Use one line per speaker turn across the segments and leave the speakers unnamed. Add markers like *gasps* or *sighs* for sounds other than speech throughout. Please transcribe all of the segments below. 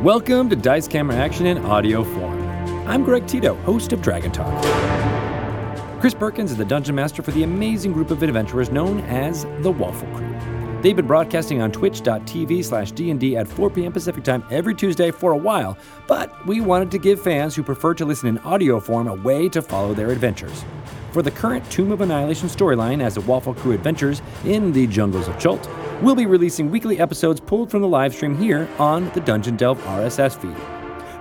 Welcome to Dice Camera Action in audio form. I'm Greg Tito, host of Dragon Talk. Chris Perkins is the dungeon master for the amazing group of adventurers known as the Waffle Crew. They've been broadcasting on twitch.tv slash D&D at 4 p.m. Pacific time every Tuesday for a while, but we wanted to give fans who prefer to listen in audio form a way to follow their adventures. For the current Tomb of Annihilation storyline as the Waffle Crew adventures in the jungles of Chult, we'll be releasing weekly episodes pulled from the live stream here on the Dungeon Delve RSS feed.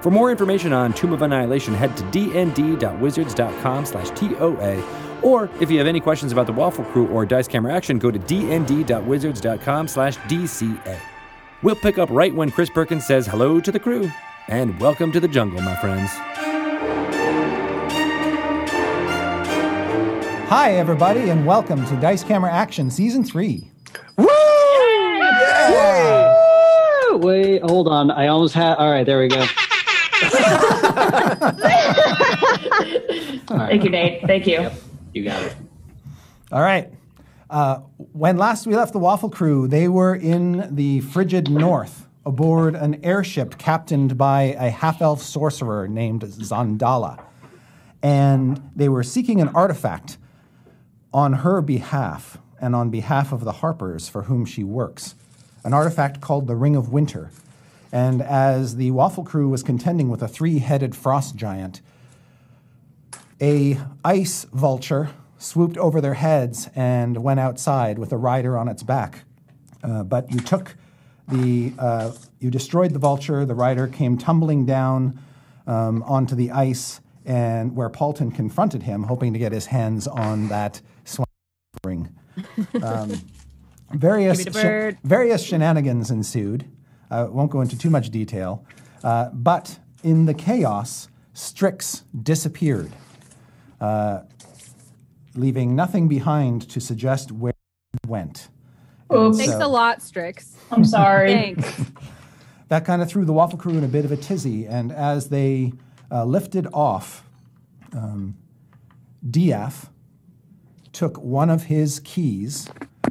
For more information on Tomb of Annihilation, head to dnd.wizards.com slash TOA. Or if you have any questions about the Waffle Crew or Dice Camera Action, go to dnd.wizards.com slash DCA. We'll pick up right when Chris Perkins says hello to the crew. And welcome to the jungle, my friends.
Hi, everybody, and welcome to Dice Camera Action Season 3.
Wait, hold on. I almost had. All right, there we go.
Thank you, Nate. Thank you.
You got it.
All right. Uh, when last we left the Waffle Crew, they were in the frigid north aboard an airship captained by a half elf sorcerer named Zandala. And they were seeking an artifact on her behalf and on behalf of the Harpers for whom she works, an artifact called the Ring of Winter. And as the Waffle Crew was contending with a three headed frost giant, a ice vulture swooped over their heads and went outside with a rider on its back. Uh, but you took the, uh, you destroyed the vulture. The rider came tumbling down um, onto the ice, and where Paulton confronted him, hoping to get his hands on that swing ring.
*laughs*
Um, various
Give me the
shen-
bird.
various shenanigans ensued. I won't go into too much detail, uh, but in the chaos, Strix disappeared uh, leaving nothing behind to suggest where it went. And
Thanks
so
a lot, Strix.
I'm sorry.
Thanks.
That kind of threw the waffle crew in a bit of a tizzy, and as they uh, lifted off, um, DF took one of his keys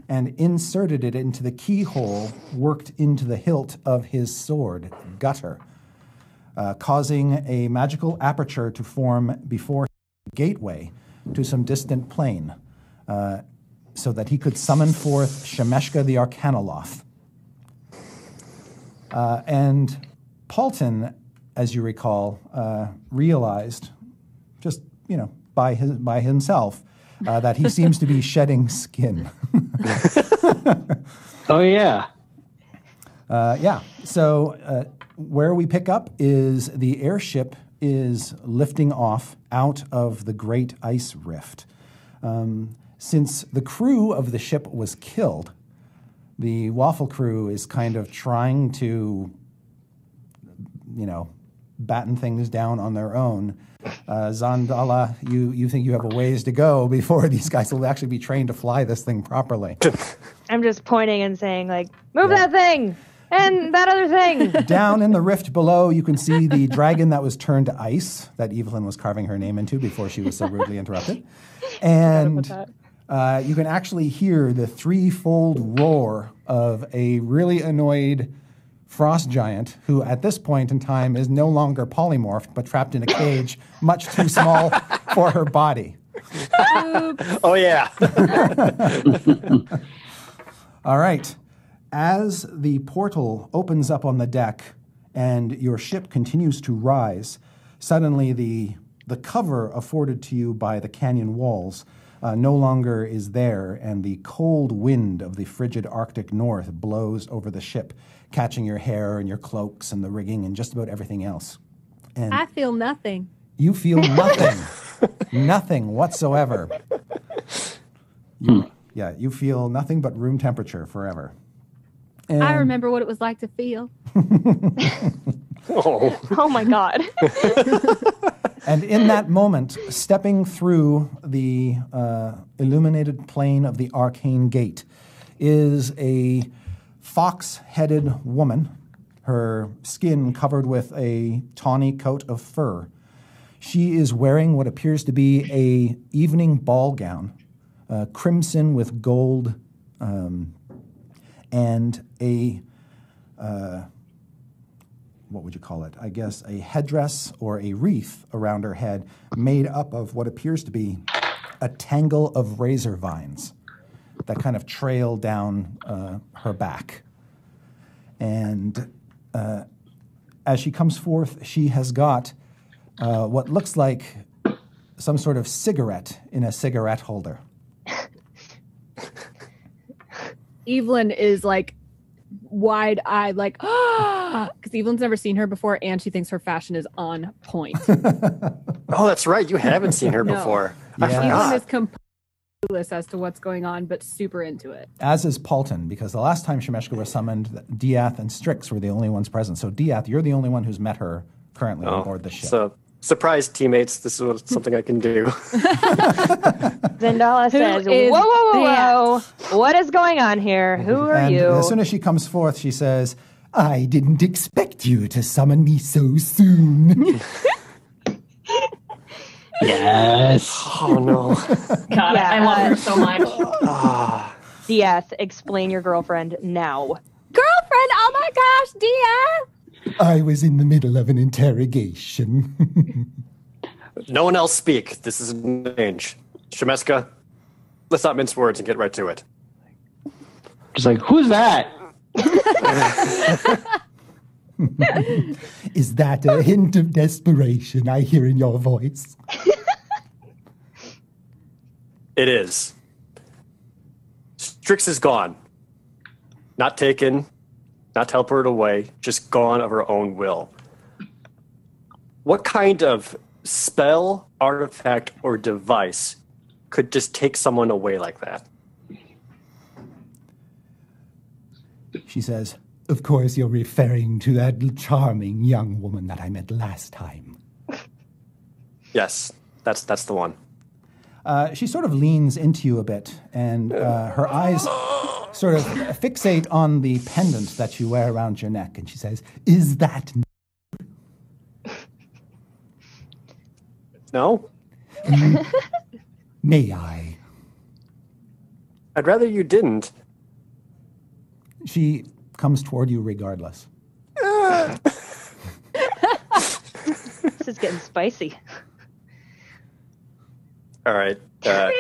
and inserted it into the keyhole worked into the hilt of his sword, Gutter, uh, causing a magical aperture to form before gateway to some distant plane uh, so that he could summon forth Shemeshka the Arcanoloth. Uh, and Paulton, as you recall, uh, realized just, you know, by, his, by himself uh, that he seems to be shedding skin. *laughs*
Oh yeah.
Uh, yeah. So uh, where we pick up is the airship is lifting off out of the Great Ice Rift. Um, since the crew of the ship was killed, the waffle crew is kind of trying to, you know, batten things down on their own. Uh, Zandala, you, you think you have a ways to go before *laughs* these guys will actually be trained to fly this thing properly.
I'm just pointing and saying, like, move that thing and that
*laughs*
other thing.
Down in the rift below, you can see the dragon that was turned to ice that Evelyn was carving her name into before she was so rudely interrupted. And uh, you can actually hear the threefold roar of a really annoyed frost giant who, at this point in time, is no longer polymorphed but trapped in a cage much too small for her body.
Oh yeah.
All right. As the portal opens up on the deck and your ship continues to rise, suddenly the the cover afforded to you by the canyon walls uh, no longer is there, and the cold wind of the frigid Arctic north blows over the ship, catching your hair and your cloaks and the rigging and just about everything else. And
I feel nothing.
you feel nothing, nothing whatsoever. You- yeah, you feel nothing but room temperature forever. And
I remember what it was like to feel.
Oh.
oh my god.
And in that moment, stepping through the uh, illuminated plane of the arcane gate is a fox headed woman, her skin covered with a tawny coat of fur. She is wearing what appears to be a evening ball gown, uh, crimson with gold, um, and a what would you call it? I guess a headdress or a wreath around her head made up of what appears to be a tangle of razor vines that kind of trail down uh, her back. And uh, as she comes forth, she has got uh, what looks like some sort of cigarette in a cigarette holder.
Evelyn is like wide eyed, like, *gasps* ah, because Evelyn's never seen her before and she thinks her fashion is on point.
Oh, that's right. You haven't seen her
No.
before.
*laughs*
I
Yeah.
Evelyn
forgot.
is completely clueless as to what's going on, but super into it.
as is Paulton, because the last time Shemeshka was summoned, Diath and Strix were the only ones present. So Diath, you're the only one who's met her currently on
Oh,
board the ship.
so surprise teammates. This is what, something I can do.
Zendala says,
is
"Whoa, whoa, whoa,
that?"
whoa! What is going on here? Who are
and
you?"
as soon as she comes forth, she says, "I didn't expect you to summon me so
*laughs*
soon."
Yes.
oh no.
God,
Yeah,
I love
uh,
her so much.
*laughs*
Ah.
Dieth, explain your girlfriend now.
Girlfriend, oh my gosh, Dia!
I was in the middle of an interrogation.
*laughs* No one else speak. This is an age. Shemeska, let's not mince words and get right to it.
Just like, who's that?
Is that a hint of desperation I hear in your voice?
It is. Strix is gone. Not taken, not teleported away, just gone of her own will. What kind of spell, artifact, or device could just take someone away like that?
She says, "Of course, you're referring to that charming young woman that I met last time."
Yes, that's that's the one.
Uh, she sort of leans into you a bit, and uh, her eyes sort of fixate on the pendant that you wear around your neck, and she says, "Is that n-
No?
may I?"
I'd rather you didn't.
She comes toward you regardless.
This is getting spicy.
All right. Uh,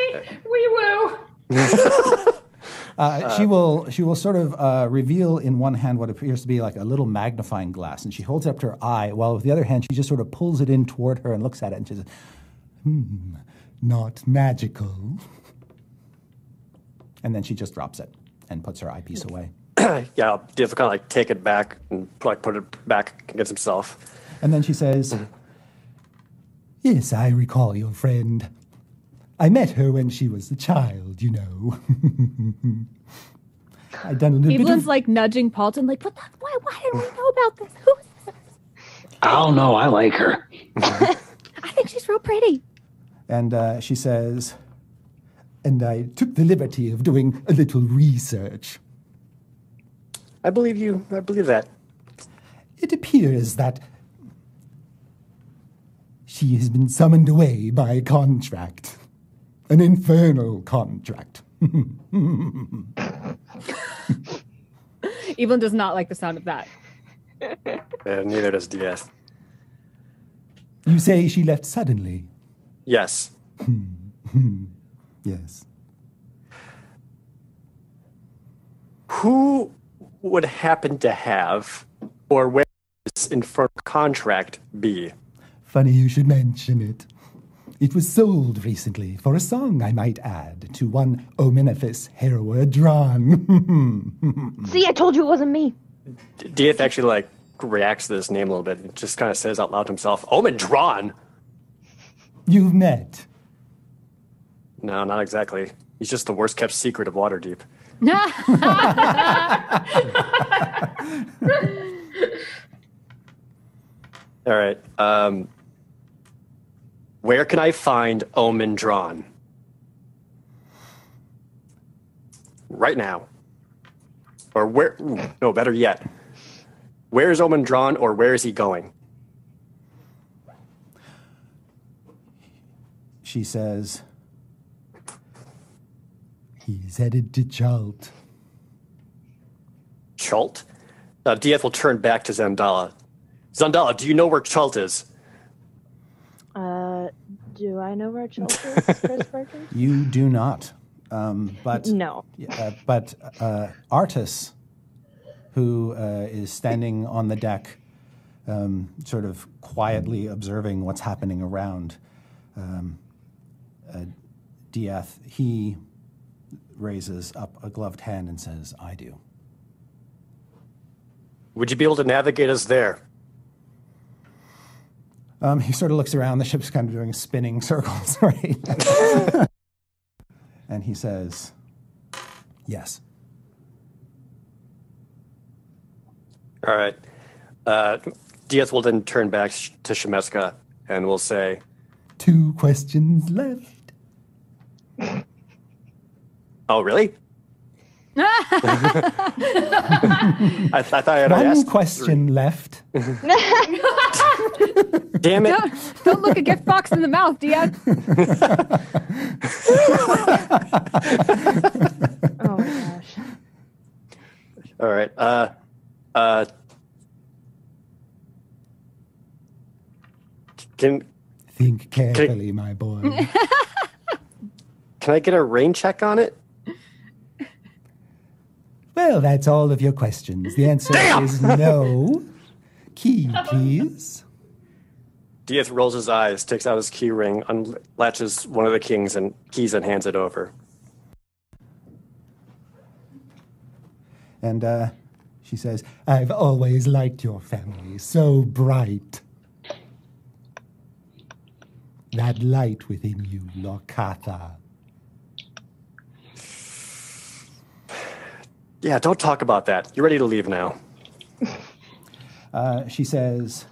Wee woo.
Uh, she will she will sort of uh, reveal in one hand what appears to be like a little magnifying glass, and she holds it up to her eye, while with the other hand she just sort of pulls it in toward her and looks at it, and she says, "Hmm, not magical." And then she just drops it and puts her eyepiece away.
yeah, Div kind of like take it back and like put it back against himself.
And then she says, Yes, I recall your friend. I met her when she was a child, you know. *laughs* I done a little bit
Evelyn's
of,
like nudging Paulton, like, what the, why, why didn't we know about this? Who is this?
I don't know. I like her.
I think she's real pretty.
and uh, she says, and I took the liberty of doing a little research.
I believe you. I believe that.
It appears that she has been summoned away by contract, an infernal contract. *laughs*
Evelyn does not like the sound of that. *laughs*
Uh, neither does Diaz.
You say she left suddenly.
Yes.
Yes.
Who would happen to have, or where would this infernal contract be?
Funny you should mention it. It was sold recently for a song, I might add, to one Omenifis Heroadron.
See, I told you it wasn't me.
D- Diaz actually like reacts to this name a little bit and just kind of says out loud to himself, "Oh, "Omen drawn."
*laughs* You've met.
No, not exactly. He's just the worst kept secret of Waterdeep. All right. Um, where can I find Omen Drawn? Right now. Or where? ooh, no, better yet. Where is Omen Drawn or where is he going?
She says, He's headed to Chalt.
Chult? Uh, DF will turn back to Zandala. Zandala, do you know where Chult is?
Uh, do I know where Chelsea is, Chris Perkins?
You do not. Um, but
No.
uh, but uh, Artis, who uh, is standing on the deck, um, sort of quietly observing what's happening around um, uh, Dieth, he raises up a gloved hand and says, I do.
Would you be able to navigate us there?
Um, he sort of looks around. The ship's kind of doing spinning *laughs* circles, right? *laughs* and he says, Yes.
All right. Uh, Diaz will then turn back sh- to Shemeska and will say,
Two questions left.
Oh, really? *laughs* I, th- I thought I had
One
asked.
question left.
Damn it.
Don't, don't look a gift box in the mouth, Diaz.
Oh my gosh.
All right. Uh, uh, can
Think carefully, my boy.
can I get a rain check on it?
well, that's all of your questions. The answer is no. Key, please.
Diaz rolls his eyes, takes out his key ring, unlatches one of the kings and keys and hands it over.
And uh, she says, I've always liked your family. So bright. That light within you, Lokatha.
Yeah, don't talk about that. You're ready to leave now.
Uh, she says,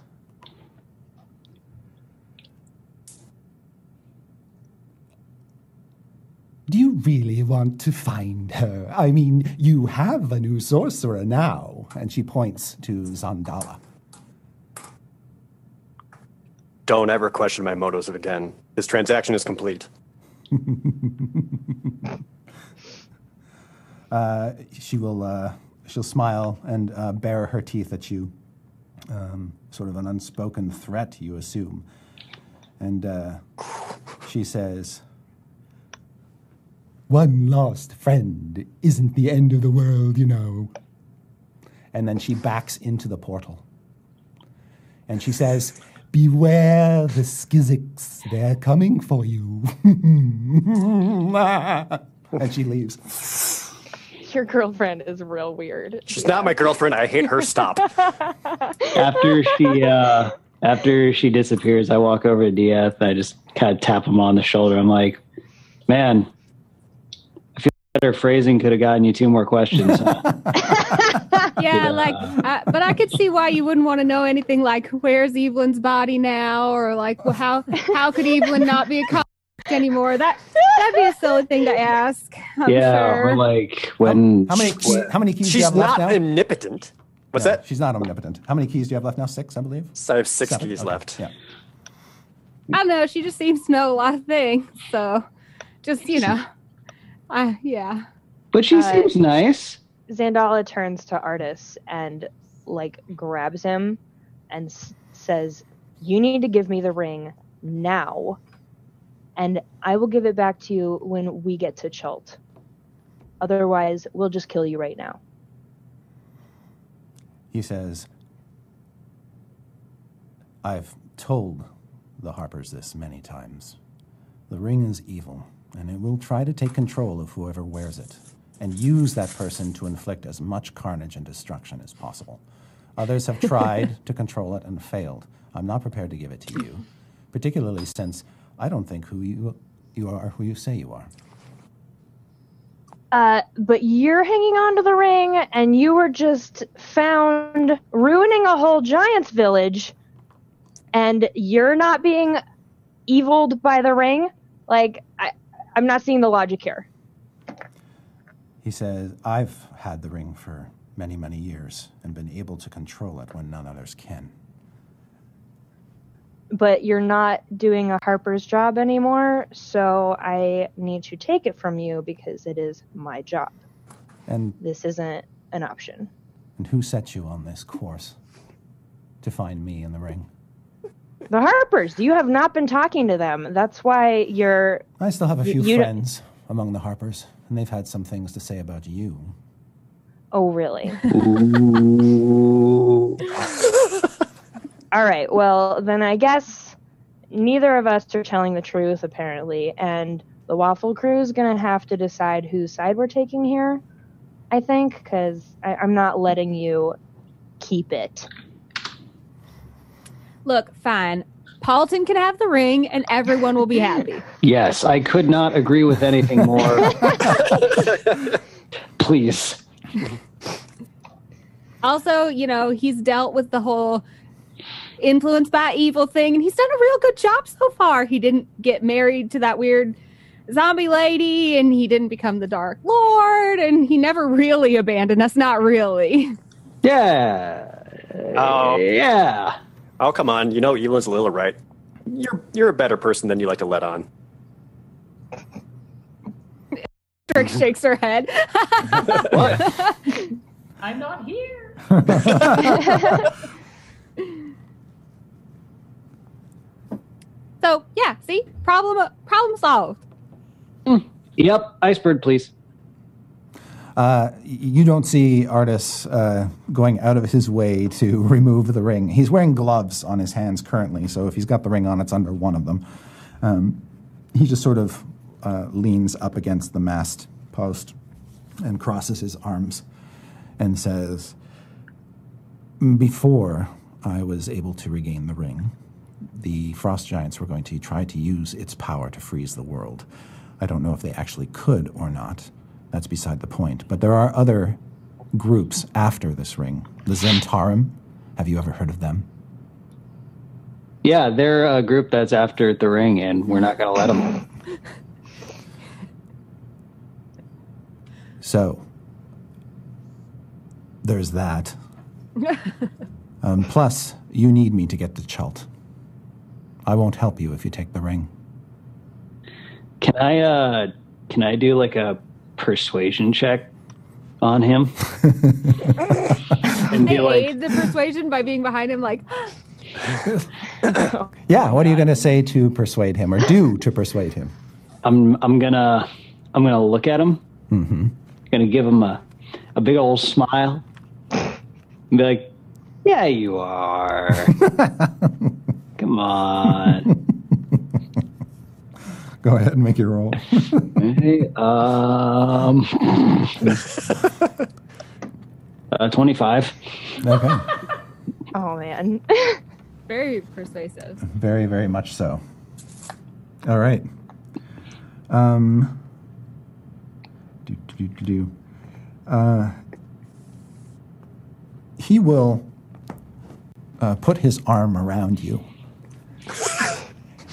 Do you really want to find her? I mean, you have a new sorcerer now. And she points to Zandala.
Don't ever question my motives again. This transaction is complete.
She will, uh, she'll smile and uh, bare her teeth at you. Um, sort of an unspoken threat, you assume. And uh, she says, One lost friend isn't the end of the world, you know. And then she backs into the portal. And she says, Beware the skizzix, they're coming for you. *laughs* and she leaves.
Your girlfriend is real weird.
She's not my girlfriend. I hate her.
*laughs*
Stop.
after she uh after she disappears, I walk over to Diaz. I just kind of tap him on the shoulder. I'm like, man, I feel better phrasing could have gotten you two more questions. *laughs*
Yeah, like, I, but I could see why you wouldn't want to know anything like where's Evelyn's body now, or like well, how how could Evelyn not be a convict anymore? That that'd be a silly thing to ask. I'm
yeah,
sure.
or like when
How many,
What?
how many keys do you
She's
have left
not
now?
omnipotent. What's
No,
that?
She's not omnipotent. How many keys do you have left now? Six, I believe.
So I have six
Seven.
keys
Okay,
left.
Yeah.
I don't know. She just seems to know a lot of things. So, just you know, I yeah.
but she
uh,
seems nice.
Zandala turns to Artis and like grabs him and s- says, "You need to give me the ring now, and I will give it back to you when we get to Chult. Otherwise, we'll just kill you right now."
He says, I've told the Harpers this many times. The ring is evil, and it will try to take control of whoever wears it and use that person to inflict as much carnage and destruction as possible. Others
*laughs*
have tried to control it and failed. I'm not prepared to give it to you, particularly since I don't think who you, you are who you say you are.
Uh, but you're hanging on to the ring, and you were just found ruining a whole giant's village, and you're not being eviled by the ring. Like, I, I'm not seeing the logic here.
He says, I've had the ring for many, many years and been able to control it when none others can.
But you're not doing a Harper's job anymore, so I need to take it from you because it is my job.
And,
This isn't an option.
and who set you on this course? to find me in the ring.
The Harpers, you have not been talking to them. That's why you're.
I still have a
Y-
few
you don't-
friends among the Harpers, and they've had some things to say about you.
Oh, really?
Ooh.
*laughs* All right. Well, then I guess neither of us are telling the truth, apparently. And the Waffle Crew is going to have to decide whose side we're taking here, I think, because I'm not letting you keep it.
Look, fine. Paulton can have the ring, and everyone will be happy.
Yes, I could not agree with anything
*laughs*
more. Please.
Also, you know, he's dealt with the whole influenced by evil thing, and he's done a real good job so far. He didn't get married to that weird zombie lady, and he didn't become the Dark Lord, and he never really abandoned us. Not really. *laughs*
Yeah.
Oh.
Yeah.
Oh, come on. You know, Evelyn's a little right. You're you're a better person than you like to let on.
*laughs*
Trick shakes her head. *laughs*
I'm not here.
so yeah, see, problem problem solved.
Yep. Iceberg, please.
Uh, y- you don't see Artis uh, going out of his way to *laughs* remove the ring. He's wearing gloves on his hands currently, so if he's got the ring on, it's under one of them. Um, he just sort of uh, leans up against the mast post and crosses his arms and says, Before I was able to regain the ring, the frost giants were going to try to use its power to freeze the world. I don't know if they actually could or not. That's beside the point. But there are other groups after this ring. The Zentarim. Have you ever heard of them?
Yeah, they're a group that's after the ring, and we're not going to let them.
So there's that. um, plus, you need me to get the Chult. I won't help you if you take the ring.
Can I? uh Can I do like a persuasion check on him? and
They
be like,
aid the persuasion by being behind him, like *gasps*
Yeah, what are you going to say to persuade him or do to persuade him?
I'm I'm gonna I'm gonna look at him. Mm-hmm. Gonna give him a a big old smile. And be like, yeah, you are. Come on.
Go ahead and make your roll.
Hey, um. *laughs* Uh, 25.
okay.
Oh, man. *laughs*
very
*laughs*
persuasive.
Very, very much so. All right. Um, do, do, do, do, do. Uh, he will uh, put his arm around you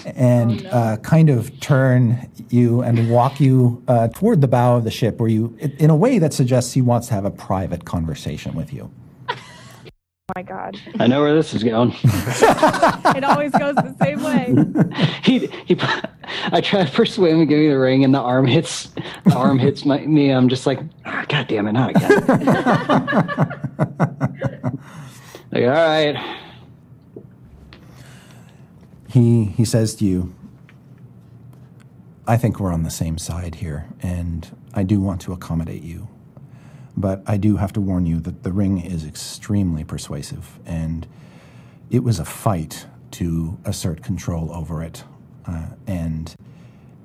and uh, kind of turn you and walk you uh, toward the bow of the ship, where you, in- in a way that suggests he wants to have a private conversation with you.
my God.
I know where this is going. *laughs*
It always goes the same way.
he he I try to persuade him to give me the ring and the arm hits the arm hits my me. I'm just like, ah, god damn it, not again. *laughs* like, all right.
he he says to you, "I think we're on the same side here, and I do want to accommodate you, but I do have to warn you that the ring is extremely persuasive, and it was a fight to assert control over it, uh, and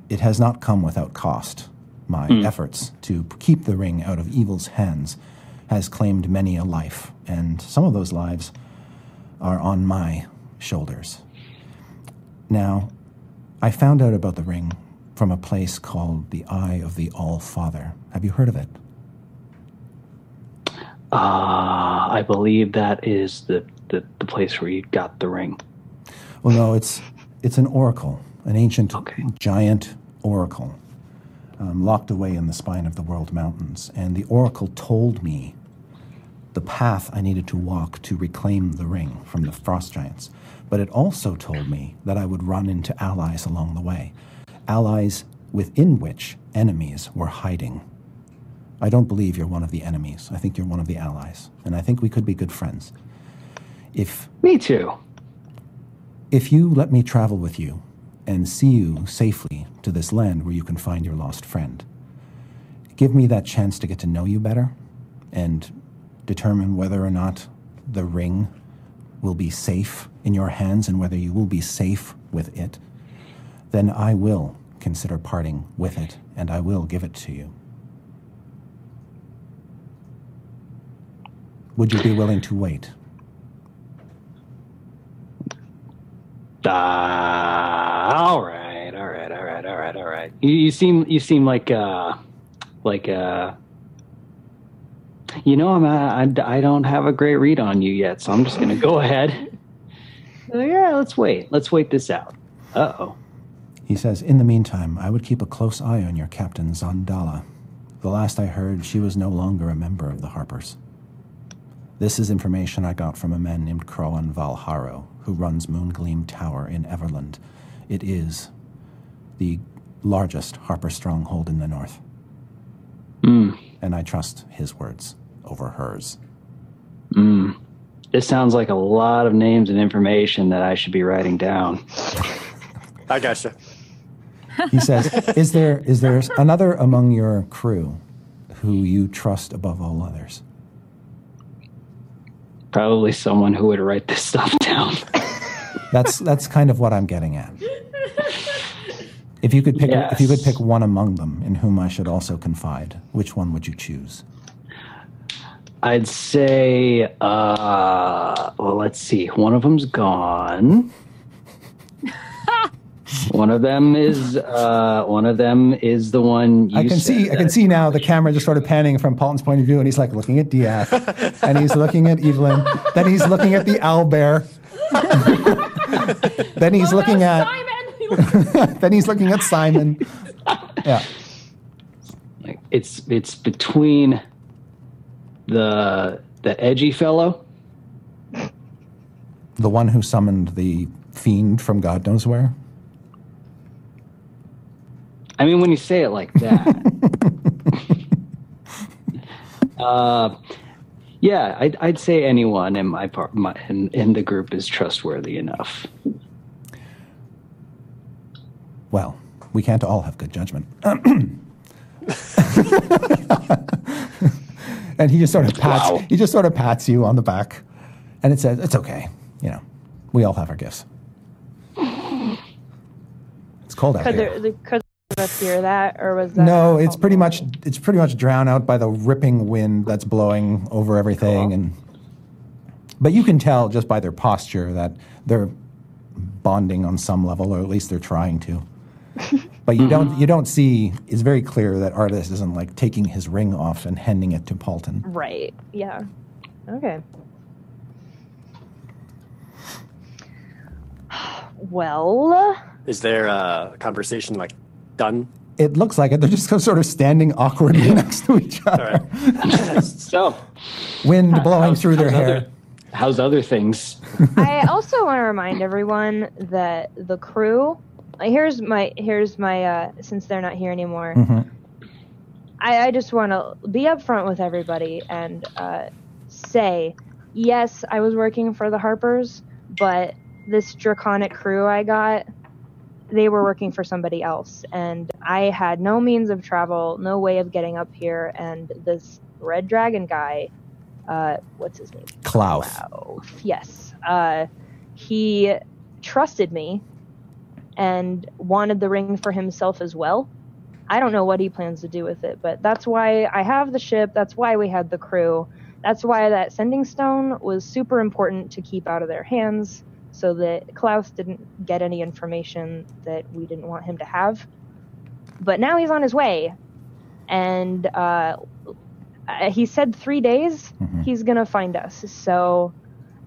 it has not come without cost. My efforts to p- keep the ring out of evil's hands." Has claimed many a life, and some of those lives are on my shoulders. Now, I found out about the ring from a place called the Eye of the All Father. Have you heard of it?
Ah, I believe that is the, the, the place where you got the ring.
Well, no, it's it's an oracle, an ancient
Okay.
giant oracle, um, locked away in the spine of the world mountains. And the oracle told me the path I needed to walk to reclaim the ring from the frost giants. But it also told me that I would run into allies along the way, allies within which enemies were hiding. I don't believe you're one of the enemies. I think you're one of the allies, and I think we could be good friends. If
Me too.
if you let me travel with you and see you safely to this land where you can find your lost friend, give me that chance to get to know you better and determine whether or not the ring will be safe in your hands and whether you will be safe with it, then I will consider parting with it and I will give it to you. Would you be willing to wait?
Uh, all right, all right, all right, all right, all right. You, you seem you seem like uh like uh you know I'm uh, I, I don't have a great read on you yet, so I'm just gonna go *laughs* ahead. Uh, Yeah, let's wait. Let's wait this out. Uh oh.
He says, In the meantime, I would keep a close eye on your captain, Zandala. The last I heard, she was no longer a member of the Harpers. This is information I got from a man named Crowan Valharo, who runs Moongleam Tower in Everland. It is the largest Harper stronghold in the north,
Mm,
and I trust his words over hers.
mm. This sounds like a lot of names and information that I should be writing down.
I gotcha.
He says, "Is there is there another among your crew who you trust above all others?"
Probably someone who would write this *laughs* stuff down.
That's that's kind of what I'm getting at. If you could pick if you could
Yes.
pick one among them in whom I should also confide, which one would you choose?
I'd say, uh, well, let's see. One of them's
*laughs*
gone. one of them is, uh, one of them is the one. You
I can
said
see I can
that-
see now the camera just sort of panning from Paulton's point of view, and he's like looking at
*laughs*
Diaz, and he's looking at Evelyn, then he's looking at the owl
*laughs*
bear, then he's looking at
*laughs*
Simon.
*laughs* then he's looking at Simon. Yeah,
Like, it's it's between the the edgy fellow.
the one who summoned the fiend from God knows where.
I mean, when you say it like that,
*laughs*
uh, yeah, I'd, I'd say anyone in my part my, in, in the group is trustworthy enough.
Well, we can't all have good judgment. *clears throat* and he just sort of pats
Wow.
he just sort of pats you on the back and it says, It's okay. You know, we all have our gifts. It's cold out
Could
here.
there, could there hear that, or was that?
No, it's pretty much it's pretty much drowned out by the ripping wind that's blowing over everything and but you can tell just by their posture that they're bonding on some level or at least they're trying to. But you don't you don't see it's very clear that Artis isn't like taking his ring off and handing it to Paulton.
Right. Yeah. Okay. *sighs* Well,
Is there a conversation like done?
It looks like it. They're just sort of standing awkwardly next to each
All
other.
right.
So,
Wind blowing through their
how's
hair.
other- how's other things?
I also want to remind everyone that the crew. uh, Here's my here's my uh, since they're not here anymore.
Mhm.
I, I just want to be upfront with everybody and uh, say, yes, I was working for the Harpers, but this draconic crew I got, they were working for somebody else, and I had no means of travel, no way of getting up here, and this red dragon guy, uh, what's his name?
Clouth.
Oh, yes. Uh, he trusted me and wanted the ring for himself as well. I don't know what he plans to do with it, but that's why I have the ship. That's why we had the crew. That's why that sending stone was super important to keep out of their hands so that Klaus didn't get any information that we didn't want him to have. But now he's on his way. And uh, uh, he said three days
Mhm.
he's gonna find us. So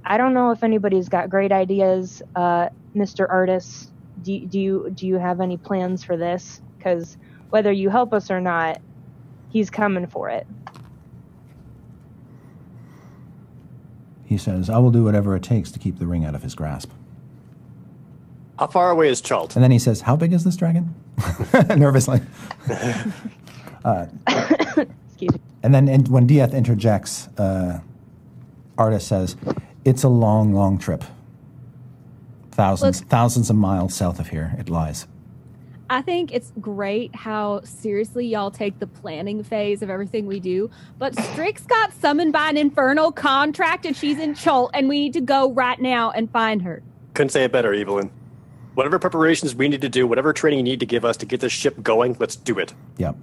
I don't know if anybody's got great ideas, uh, Mr. Artist. Do, do you do you have any plans for this? Because whether you help us or not, he's coming for it.
He says, I will do whatever it takes to keep the ring out of his grasp.
How far away is Chult?
And then he says, How big is this dragon? *laughs* Nervously.
Excuse me.
And then and when Dieth interjects, uh, Artis says, It's a long, long trip. 1000s
Look-
thousands of miles south of here, it lies.
I think it's great how seriously y'all take the planning phase of everything we do. But Strix got summoned by an infernal contract and she's in Cholt, and we need to go right now and find her.
Couldn't say it better, Evelyn. Whatever preparations we need to do, whatever training you need to give us to get this ship going, let's do it.
Yep.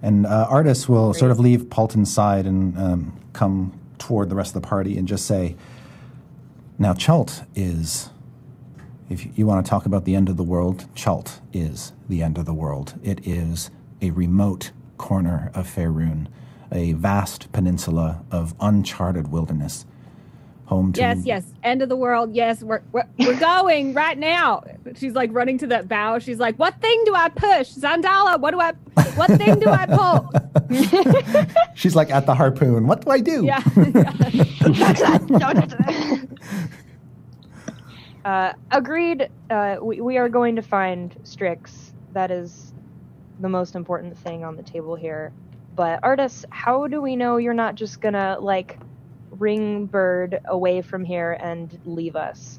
And uh, Artis will sort of leave Palton's side and um, come toward the rest of the party and just say, Now, Chult is, if you want to talk about the end of the world, Chult is the end of the world. It is a remote corner of Faerun, a vast peninsula of uncharted wilderness, home to.
Yes, yes. End of the world. Yes, we're, we're, we're going right now. She's like running to that bow. She's like, What thing do I push? Zandala, what do I, what thing do I pull?
She's like at the harpoon. What do I do?
Yeah.
*laughs* Uh, agreed. Uh, we, we are going to find Strix. That is the most important thing on the table here. But Artis, how do we know you're not just gonna like ring bird away from here and leave us?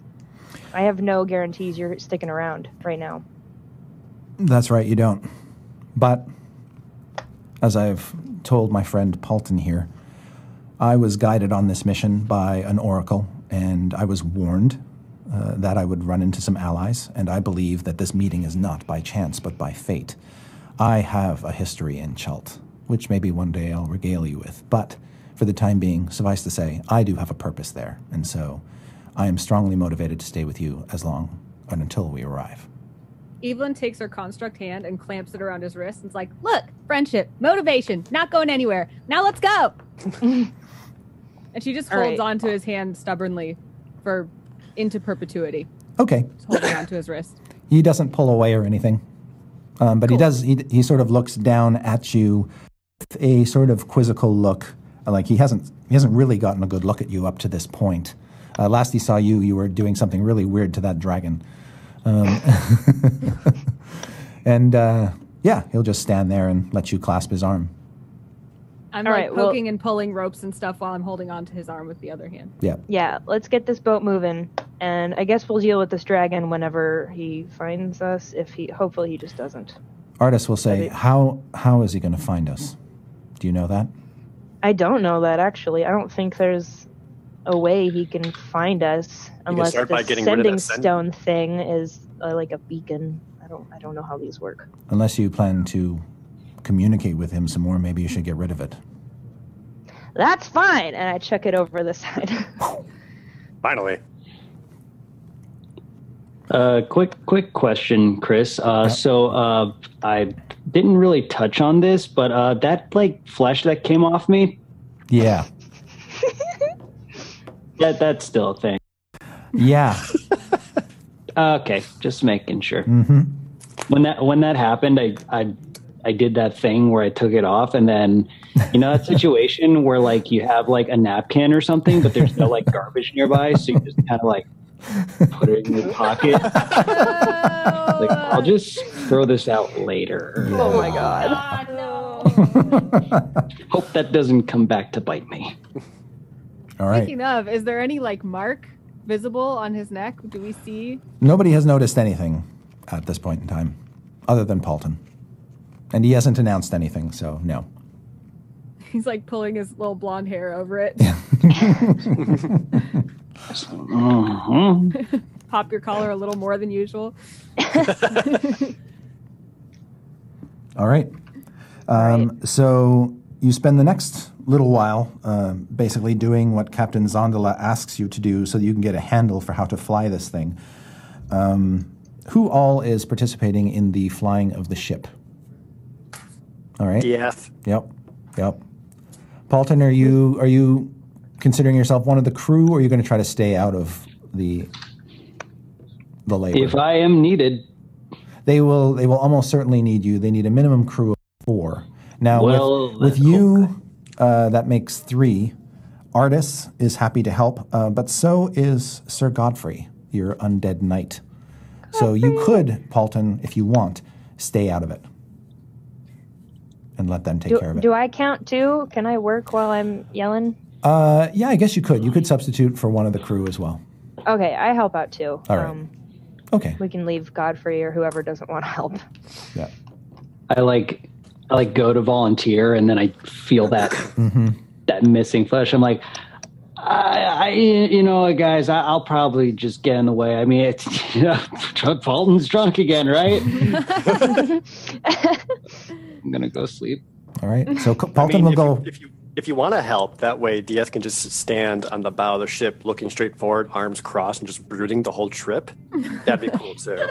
I have no guarantees you're sticking around right now.
That's right, you don't. But as I've told my friend Palton here, I was guided on this mission by an oracle, and I was warned uh, that I would run into some allies, and I believe that this meeting is not by chance but by fate. I have a history in Chult, which maybe one day I'll regale you with, but for the time being, suffice to say, I do have a purpose there, and so I am strongly motivated to stay with you as long and until we arrive.
Evelyn takes her construct hand and clamps it around his wrist and's like, Look, friendship, motivation, not going anywhere. Now let's
*laughs*
go. and she just
All
holds
right.
onto his hand stubbornly for into perpetuity.
Okay,
Just holding onto his wrist.
He doesn't pull away or anything, um, but he does. He, he sort of looks down at you, with a sort of quizzical look. uh, Like he hasn't he hasn't really gotten a good look at you up to this point. Uh, last he saw you, you were doing something really weird to that dragon, um, *laughs* and uh, yeah, he'll just stand there and let you clasp his arm.
I'm
All
like
right, well-
poking and pulling ropes and stuff while I'm holding onto his arm with the other hand.
Yeah,
Yeah, let's get this boat moving, and I guess we'll deal with this dragon whenever he finds us. If he, hopefully, he just doesn't.
Artis will say, "How how is he going to find us? Do you know that?"
I don't know that actually. I don't think there's a way he can find us unless
start by
the
getting
sending
rid of that send-
stone thing is uh, like a beacon. I don't. I don't know how these work.
Unless you plan to communicate with him some more, maybe you should get rid of it.
That's fine. And I chuck it over the *laughs* side.
Finally.
Uh, quick, quick question, Chris. Uh, so uh, I didn't really touch on this, but uh, that like flesh that came off me,
Yeah.
that that's still a thing.
Yeah.
Okay, just making sure.
Mm-hmm.
hmm
When that when that happened, I I I did that thing where I took it off, and then you
*laughs*
know that situation where like you have like a napkin or something, but there's no
*laughs*
like garbage nearby, so you just kind of like put it in your
*laughs*
pocket. Like I'll just throw this out later.
oh my god. *laughs*
Hope that doesn't come back to bite me.
All right.
Speaking of, is there any like mark visible on his neck? Do we see? *laughs*
Nobody has noticed anything at this point in time, other than Palton. And he hasn't announced anything, so no.
He's like pulling his little blonde hair over it.
Mhm.
Pop your collar a little more than usual.
All right. Um, So you spend the next little while um, basically doing what Captain Zondola asks you to do so that you can get a handle for how to fly this thing. Um, who all is participating in the flying of the ship? All right.
DF.
Yep. Yep. Paulton, are you are you considering yourself one of the crew, or are you going to try to stay out of the the labor?
If I am needed,
they will they will almost certainly need you. They need a minimum crew of four. Now, with-
Well,
with, you, uh, that makes three. Artis is happy to help, uh, but so is Sir Godfrey, your undead knight. So you could, Paulton, if you want, stay out of it and let them take care
Do,
of it.
do I count too? Can I work while I'm yelling?
Uh, yeah, I guess you could. You could substitute for one of the crew as well.
Okay, I help out too. Um,
All right. Okay.
we can leave Godfrey or whoever doesn't want to help.
Yeah.
I like I like go to volunteer and then I feel that that missing flesh. I'm like, I, I you know, what, guys, I, I'll probably just get in the way. I mean, it's *laughs* you know, Chuck Fulton's drunk again, right? I'm gonna go sleep.
All right. So Colton
I mean,
will
if,
go.
you, if you if you want to help, that way DS can just stand on the bow of the ship, looking straight forward, arms crossed, and just brooding the whole trip. That'd be cool too.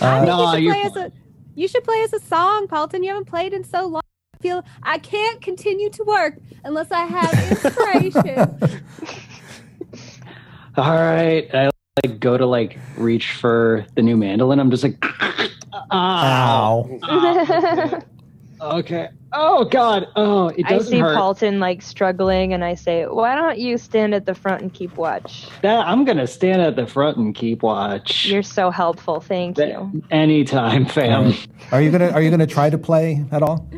I
No,
think you
you're
should play as a you should play as a song, Paulton. You haven't played in so long. I feel I can't continue to work unless I have *laughs* inspiration.
All right. I like go to like reach for the new mandolin. I'm just like, *laughs* ah,
Ow.
okay. Oh God. Oh, it
I
doesn't
see
hurt.
Paulton like struggling, and I say, "Why don't you stand at the front and keep watch?
That- I'm gonna stand at the front and keep watch.
You're so helpful. Thank
That-
you."
Anytime, fam.
Are you gonna Are you gonna try to play at all?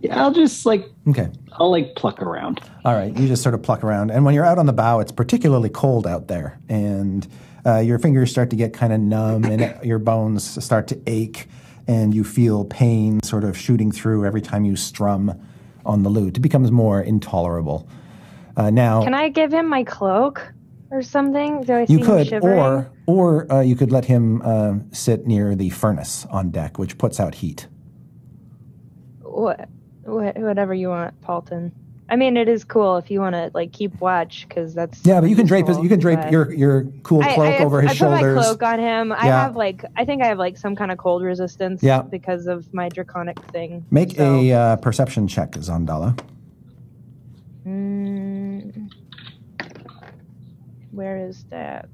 Yeah, I'll just like
Okay.
I'll like pluck around.
All right, you just sort of pluck around. And when you're out on the bow, it's particularly cold out there. And uh, your fingers start to get kind of numb and *laughs* your bones start to ache. And you feel pain sort of shooting through every time you strum on the lute. It becomes more intolerable. Uh, now,
Can I give him my cloak or something? Do I see
you
him
could,
shivering?
or, or uh, you could let him uh, sit near the furnace on deck, which puts out heat.
what, what, whatever you want, Paulton. I mean, it is cool if you want to like keep watch because that's
Yeah, but you can drape his,
useful,
you can drape
but-
your, your cool
I-
cloak
I,
over his
I
shoulders.
put my cloak on him. I
Yeah.
have like I think I have like some kind of cold resistance
Yeah.
because of my draconic thing.
Make
So-
a uh, perception check, Zandala.
Mm. where is that?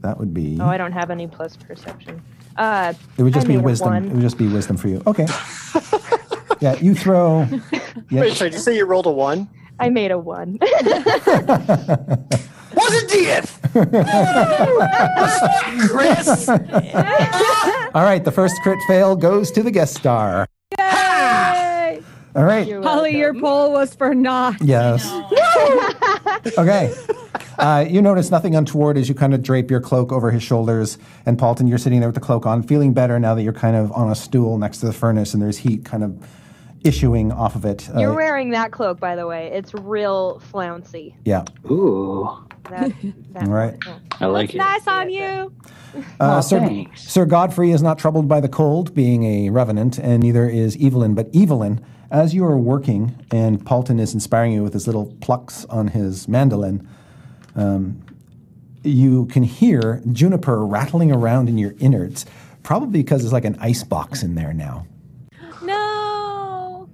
That would be.
Oh, I don't have any plus perception. Uh,
It would just
I
be
made a
wisdom.
one.
It would just be wisdom for you.
*laughs*
Okay. yeah, you throw. Yeah.
Wait, sorry, did you say you rolled a one?
I made a one.
Was it DF? Chris,
All right, the first crit fail goes to the guest star.
Yay!
All right.
You're
Holly, your
welcome.
poll was for naught.
*laughs*
Yes. okay. Uh, you notice nothing untoward as you kind of drape your cloak over his shoulders. And Paulton, you're sitting there with the cloak on, feeling better now that you're kind of on a stool next to the furnace and there's heat kind of issuing off of it. Uh,
You're wearing that cloak, by the way. It's real flouncy.
yeah.
Ooh,
*laughs*
That, that
All right.
one.
I like it.
Nice on you.
Uh,
Oh,
Sir,
thanks.
Sir Godfrey is not troubled by the cold, being a revenant, and neither is Evelyn. But Evelyn, as you are working, and Paulton is inspiring you with his little plucks on his mandolin, um, you can hear juniper rattling around in your innards, probably because there's like an ice box in there now.
No.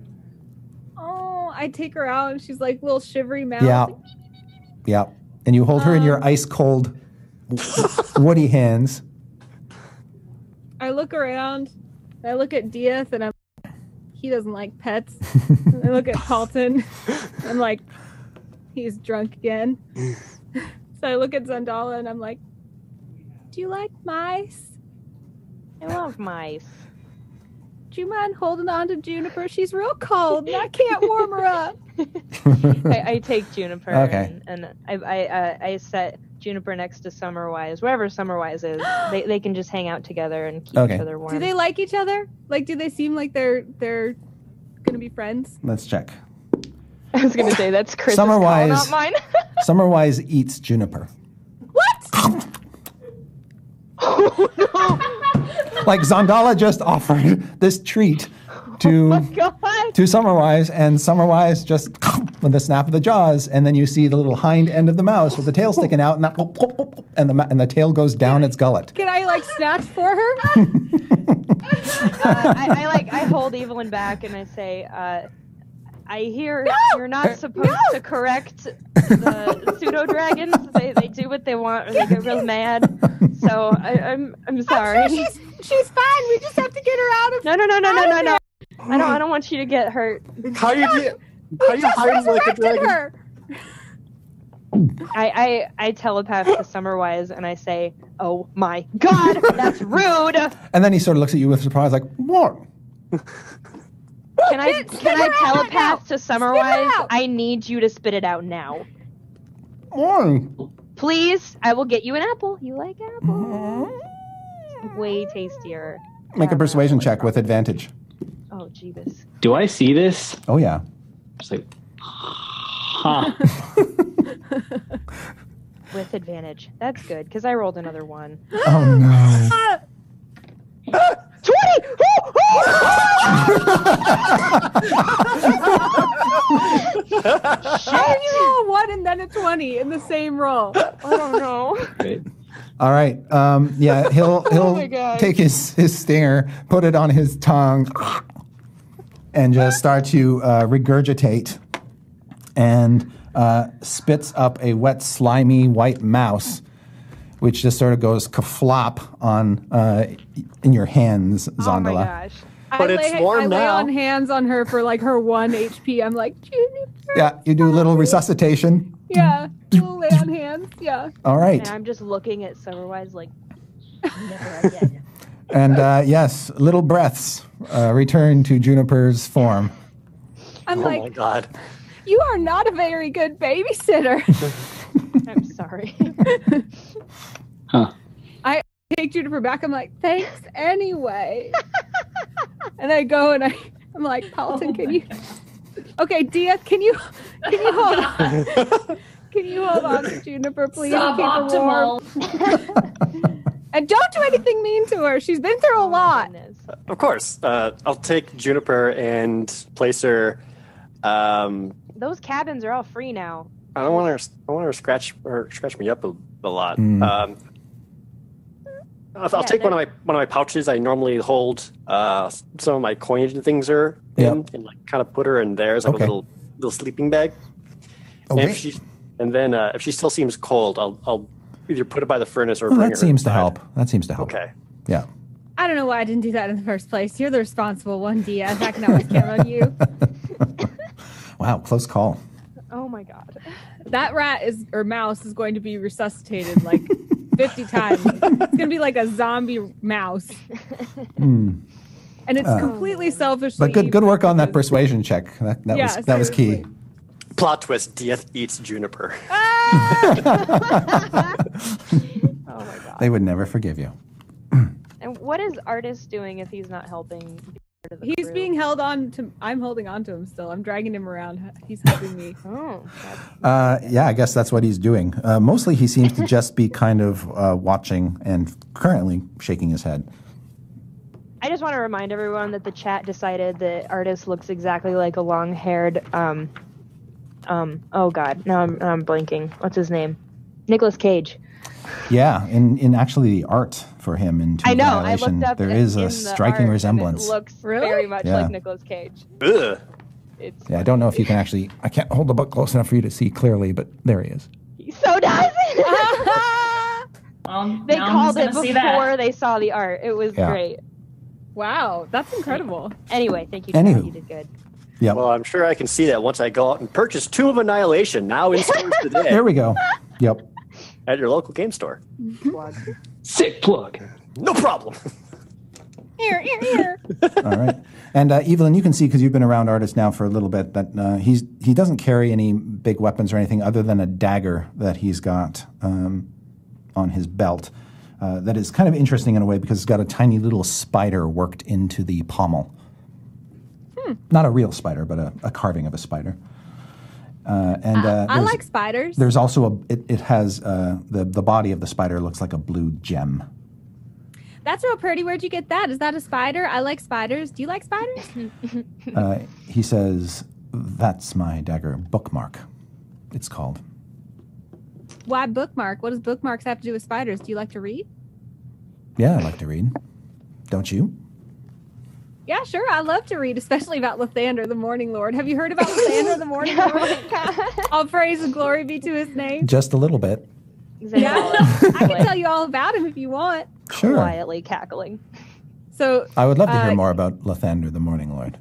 Oh, I take her out and she's like little shivery mouth.
Yeah. Yeah. And you hold her in your ice cold woody hands.
I look around. I look at Diaz and I'm he doesn't like
*laughs*
pets. And I look at Paulton. I'm like, he's drunk again. so I look at Zandala and I'm like, do you like mice?
I
*laughs*
love mice.
Do you mind holding on to Juniper? She's real cold and I can't warm her up.
I, I take Juniper.
Okay.
And, and I, I, uh, I set Juniper next to Summerwise, wherever Summerwise is. they, they can just hang out together and keep
Okay.
each other warm.
Do they like each other? Like, do they seem like they're they're gonna be friends?
Let's check.
*laughs* I was
*laughs*
gonna say that's Chris's call,
Summerwise-
not mine. *laughs*
Summerwise eats juniper.
What?
like Zandala just offered this treat to to Summerwise, and Summerwise just *laughs* with a snap of the jaws, and then you see the little hind end of the mouse with the tail sticking out, and that and the ma- and the tail goes down its gullet.
Can I like snatch for
*laughs*
her?
uh, I, I like I hold Evelyn back and I say, uh, I hear you're not supposed to correct the pseudo dragons. They, they do what they want or they get real mad. So I, I'm I'm sorry.
Sure, she's she's fine. We just have to get her out of
no no no no no no no. I don't I don't want you to get hurt.
how you get- how you
*laughs*
hiding like a
resurrected
dragon?
her.
I I, I telepath to Summerwise and I say, Oh my God, that's rude.
And then he sort of looks at you with surprise, like what?
Can I
Spit- spit
can I
it out right now.
telepath to summarize?
out.
I need you to spit it out now.
Mm.
Please, I will get you an apple. You like apples? Way tastier.
Make a persuasion check with advantage.
Oh, Jeebus.
Do I see this?
Oh yeah.
It's like, huh.
With advantage. That's good, because I rolled another one.
Oh no.
20!
How you roll a Oh, one and then a twenty in the same
*laughs*
roll?
Oh, no.
Great.
All right. Um, yeah,
*laughs*
he'll
Oh
he'll take his his stinger, put it on his tongue, and just start to uh, regurgitate, and uh, spits up a wet, slimy white mouse, which just sort of goes kaflop on uh, in your hands,
Oh my
Zondola.
gosh. I
But it's
lay,
warm
I lay
now.
on hands on her for like her one HP. I'm like, Juniper.
yeah, you do a little resuscitation.
Yeah. We'll lay on hands. Yeah.
All right.
And I'm just looking at Summerwise like, never again.
And uh, yes, little breaths uh, return to Juniper's form.
I'm
Oh my
like,
god.
you are not a very good
*laughs*
babysitter.
I'm sorry.
Huh.
I take Juniper back. I'm like, thanks anyway. and I go and I, I'm like,
Oh
Paulton, can you? Okay, Diaz, can you can you hold on?
*laughs*
can you hold on to Juniper, please? and keep her warm?
Suboptimal.
And don't do anything mean to her. She's been through *laughs* a lot.
Oh, Goodness.
Of course. Uh, I'll take Juniper and place her. Um,
Those cabins are all free now.
I don't want her. I want her to scratch her scratch me up a, a lot.
Hmm.
Um, I'll, I'll
Yeah,
take one of my one of my pouches. I normally hold uh, some of my coinage and things are in, and like kind of put her in there as like
Okay.
a little little sleeping bag. And
Okay.
if she, and then uh, if she still seems cold, I'll I'll either put her by the furnace or
Well,
bring
that
her
seems to
inside.
help. That seems to help.
Okay.
Yeah.
I don't know why I didn't do that in the first place. You're the responsible one, Diaz. I can always count on
*laughs*
you.
Wow, close call.
Oh my god.
That rat is or mouse is going to be resuscitated like 50 times. It's going to be like a zombie mouse, and it's
Hmm. Uh.
completely selfish.
But good, good work on that persuasion check. That, that
Yeah,
was that was key.
seriously.
Plot twist: Death eats Juniper. *laughs*
Ah!
*laughs* Oh my god.
They would never forgive you.
And what is artist doing if he's not helping? be part of the
He's
crew?
being held on to. I'm holding on to him still. I'm dragging him around. He's helping me.
Oh, that's-
Uh, yeah, I guess that's what he's doing. Uh, mostly, he seems to just be kind of uh, watching and currently shaking his head.
I just want to remind everyone that the chat decided that artist looks exactly like a long-haired um, um. Oh god, now I'm now I'm blinking. What's his name? Nicholas Cage.
Yeah, in, in actually the art for him in Tomb
I know. I
Annihilation,
looked up.
there is
in
a
the art,
striking
and it
resemblance.
looks
Really?
very much
Yeah.
like Nicolas Cage.
Ugh.
It's
Yeah, I don't know if you can actually. I can't hold the book close enough for you to see clearly, but there he is.
he so does. *laughs*
Well,
they
Um, now I'm
called
just
it
gonna see that.
before they saw the art. It was
Yeah.
great.
wow, that's incredible.
Anyway, thank you. Chad.
Anywho.
You did *laughs* good.
Yeah,
Well, I'm sure I can see that once I go out and purchase Tomb of Annihilation now
*laughs*
in stores today
there we go. Yep.
at your local game store.
Sick plug.
No problem. *laughs*
Here, here, here.
All right. And uh, Evelyn, you can see because you've been around artists now for a little bit that uh, he's he doesn't carry any big weapons or anything other than a dagger that he's got um, on his belt. Uh, that is kind of interesting in a way because it's got a tiny little spider worked into the pommel.
Hmm.
Not a real spider, but a, a carving of a spider. Uh, and uh,
I
there's-
like spiders.
There's also a. It, it has uh, the the body of the spider looks like a blue gem.
That's real pretty. Where'd you get that? Is that a spider? I like spiders. Do you like spiders?
Uh, he says, "That's my dagger bookmark. It's called.
Why bookmark? What does bookmarks have to do with spiders? Do you like to read?
Yeah, I like to read. Don't you?
Yeah, sure. I love to read, especially about Lathander, the Morning Lord. Have you heard about Lathander, the
*laughs*
Morning
Oh
Lord? All praise and glory be to his name.
Just a little bit.
Yeah, I can tell you all about him if you want.
Sure.
Quietly cackling.
So
I would love to hear
Uh,
more about Lathander, the Morning Lord.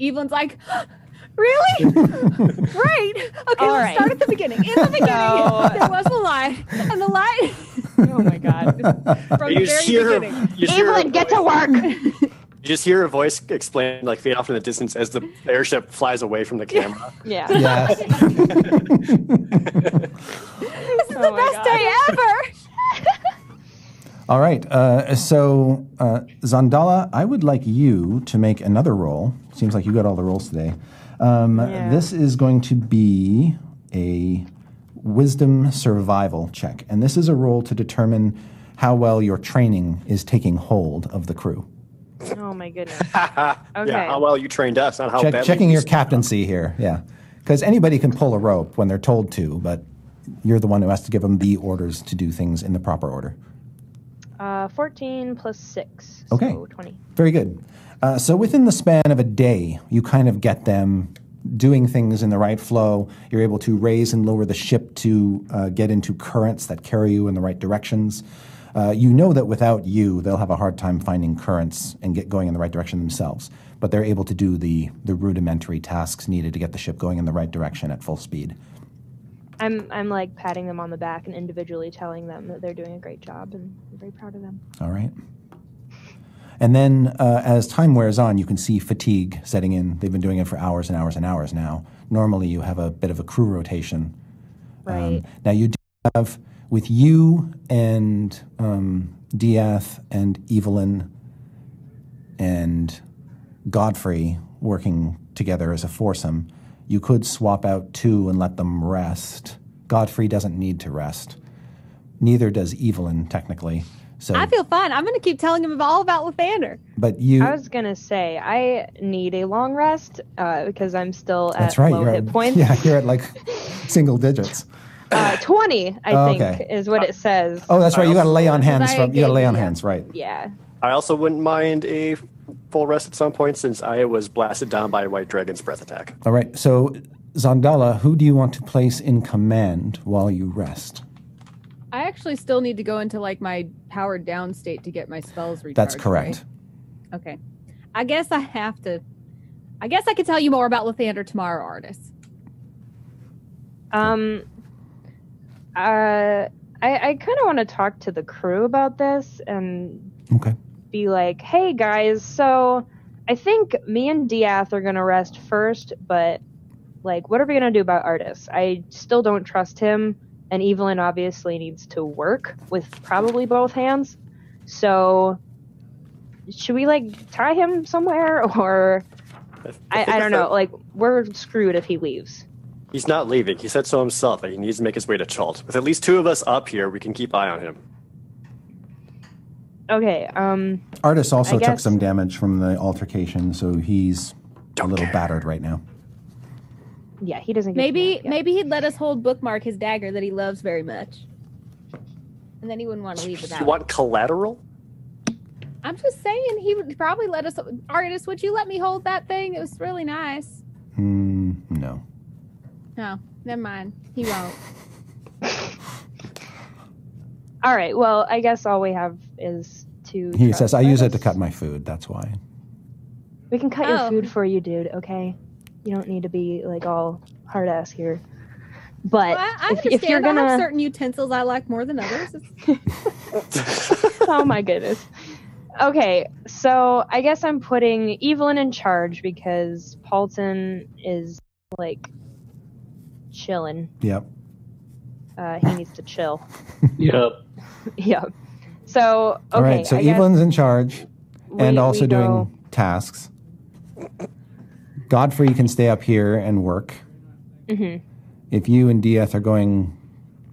Evelyn's like, *gasps* really? Great. Okay, let's
All right. Oh.
start at the beginning. In the
*laughs*
beginning,
So-
there was a light, and the light *laughs*
Oh my god.
from the
*laughs*
you
very
see her.
beginning.
You see
*laughs*
her-
Evelyn, get to work.
You just hear a voice explain, like fade off in the distance as the airship flies away from the camera.
Yeah.
Yes.
This is
Oh
the
my
best
God.
day ever.
*laughs* All right. Uh, so, uh, Zandala, I would like you to make another roll. Seems like you got all the rolls today. Um,
Yeah.
This is going to be a wisdom survival check. And this is a roll to determine how well your training is taking hold of the crew.
*laughs* Oh my goodness.
Yeah,
Okay.
how well you trained us, not how
Check,
badly
checking
you
your captaincy here. Yeah. Because anybody can pull a rope when they're told to, but you're the one who has to give them the orders to do things in the proper order.
Uh, 14 plus 6.
Okay.
So 20.
Very good. Uh, so within the span of a day, you kind of get them doing things in the right flow. You're able to raise and lower the ship to uh, get into currents that carry you in the right directions. Uh, you know that without you, they'll have a hard time finding currents and get going in the right direction themselves. But they're able to do the, the rudimentary tasks needed to get the ship going in the right direction at full speed.
I'm, I'm like patting them on the back and individually telling them that they're doing a great job and I'm very proud of them.
All right. And then uh, as time wears on, you can see fatigue setting in. They've been doing it for hours and hours and hours now. Normally, you have a bit of a crew rotation. Um,
Right.
Now, you do have, with you and um, Diath and Evelyn and Godfrey working together as a foursome, you could swap out two and let them rest. Godfrey doesn't need to rest. Neither does Evelyn, technically. So
I feel fine. I'm going to keep telling him all about Lathander.
But you,
I was gonna say I need a long rest uh, because I'm still at
that's right.
low
You're *laughs*
hit
at,
points.
Yeah, you're at like single digits.
Uh, Twenty, I
Oh,
think,
okay.
is what it says.
Oh, that's right. You got to lay on hands
I
from. You got to
gave
lay on
you-
hands, right?
Yeah.
I also wouldn't mind a full rest at some point since I was blasted down by a white dragon's breath attack.
All right. So, Zandala, who do you want to place in command while you rest?
I actually still need to go into like my powered down state to get my spells recharged.
That's
right?
correct.
Okay. I guess I have to. I guess I could tell you more about Lathander tomorrow, artist.
Um. Uh, I I kind of want to talk to the crew about this and
Okay.
be like, hey guys, so I think me and Diath are gonna rest first, but like, what are we gonna do about Artis? I still don't trust him, and Evelyn obviously needs to work with probably both hands. So, should we like tie him somewhere, *laughs* or I,
think
I don't
that's
know? Like, we're screwed if he leaves.
the- He's not leaving. He said so himself that he needs to make his way to Chult. With at least two of us up here, we can keep eye on him.
Okay. Um.
Artis also
I
took
guess-
some damage from the altercation, so he's a little battered right now.
Yeah, he doesn't. give a
Maybe
crap, yeah.
maybe he'd let us hold bookmark his dagger that he loves very much. And then he wouldn't want to leave
You
without. it.
want collateral?
I'm just saying he would probably let us artist, would you let me hold that thing? It was really nice.
Hmm. no.
No, never mind. He won't.
All right. Well, I guess all we have is to.
He
trust
says, "I use it to
Artis."
cut my food. That's why."
We can cut
Oh.
your food for you, dude. Okay, you don't need to be like all hard ass here. But
I, I
if, if you're
understand. I have
gonna,
certain utensils I like more than others. It's-
*laughs* oh my goodness. Okay, so I guess I'm putting Evelyn in charge because Paulton is like chilling.
Yep.
Uh, he needs to chill. *laughs*
Yep.
yeah. So okay.
All right. So
I guess
Evelyn's in charge
we-
and
we
also
go-
doing tasks. Godfrey can stay up here and work.
Mhm.
if you and Dieth are going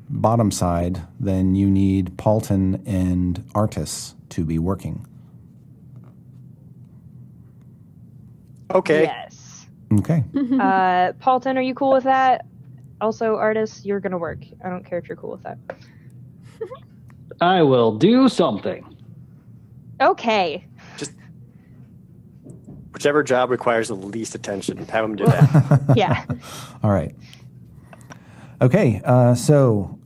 bottom side, then you need Paulton and Artis to be working.
Okay.
Yes.
Okay.
Uh, Paulton, are you cool with that? Also, artist, you're gonna work. I don't care if you're cool with that.
I will do something.
Okay.
Whichever job requires the least attention, have
*laughs*
him do that.
*laughs*
Yeah.
All right. Okay. Uh, so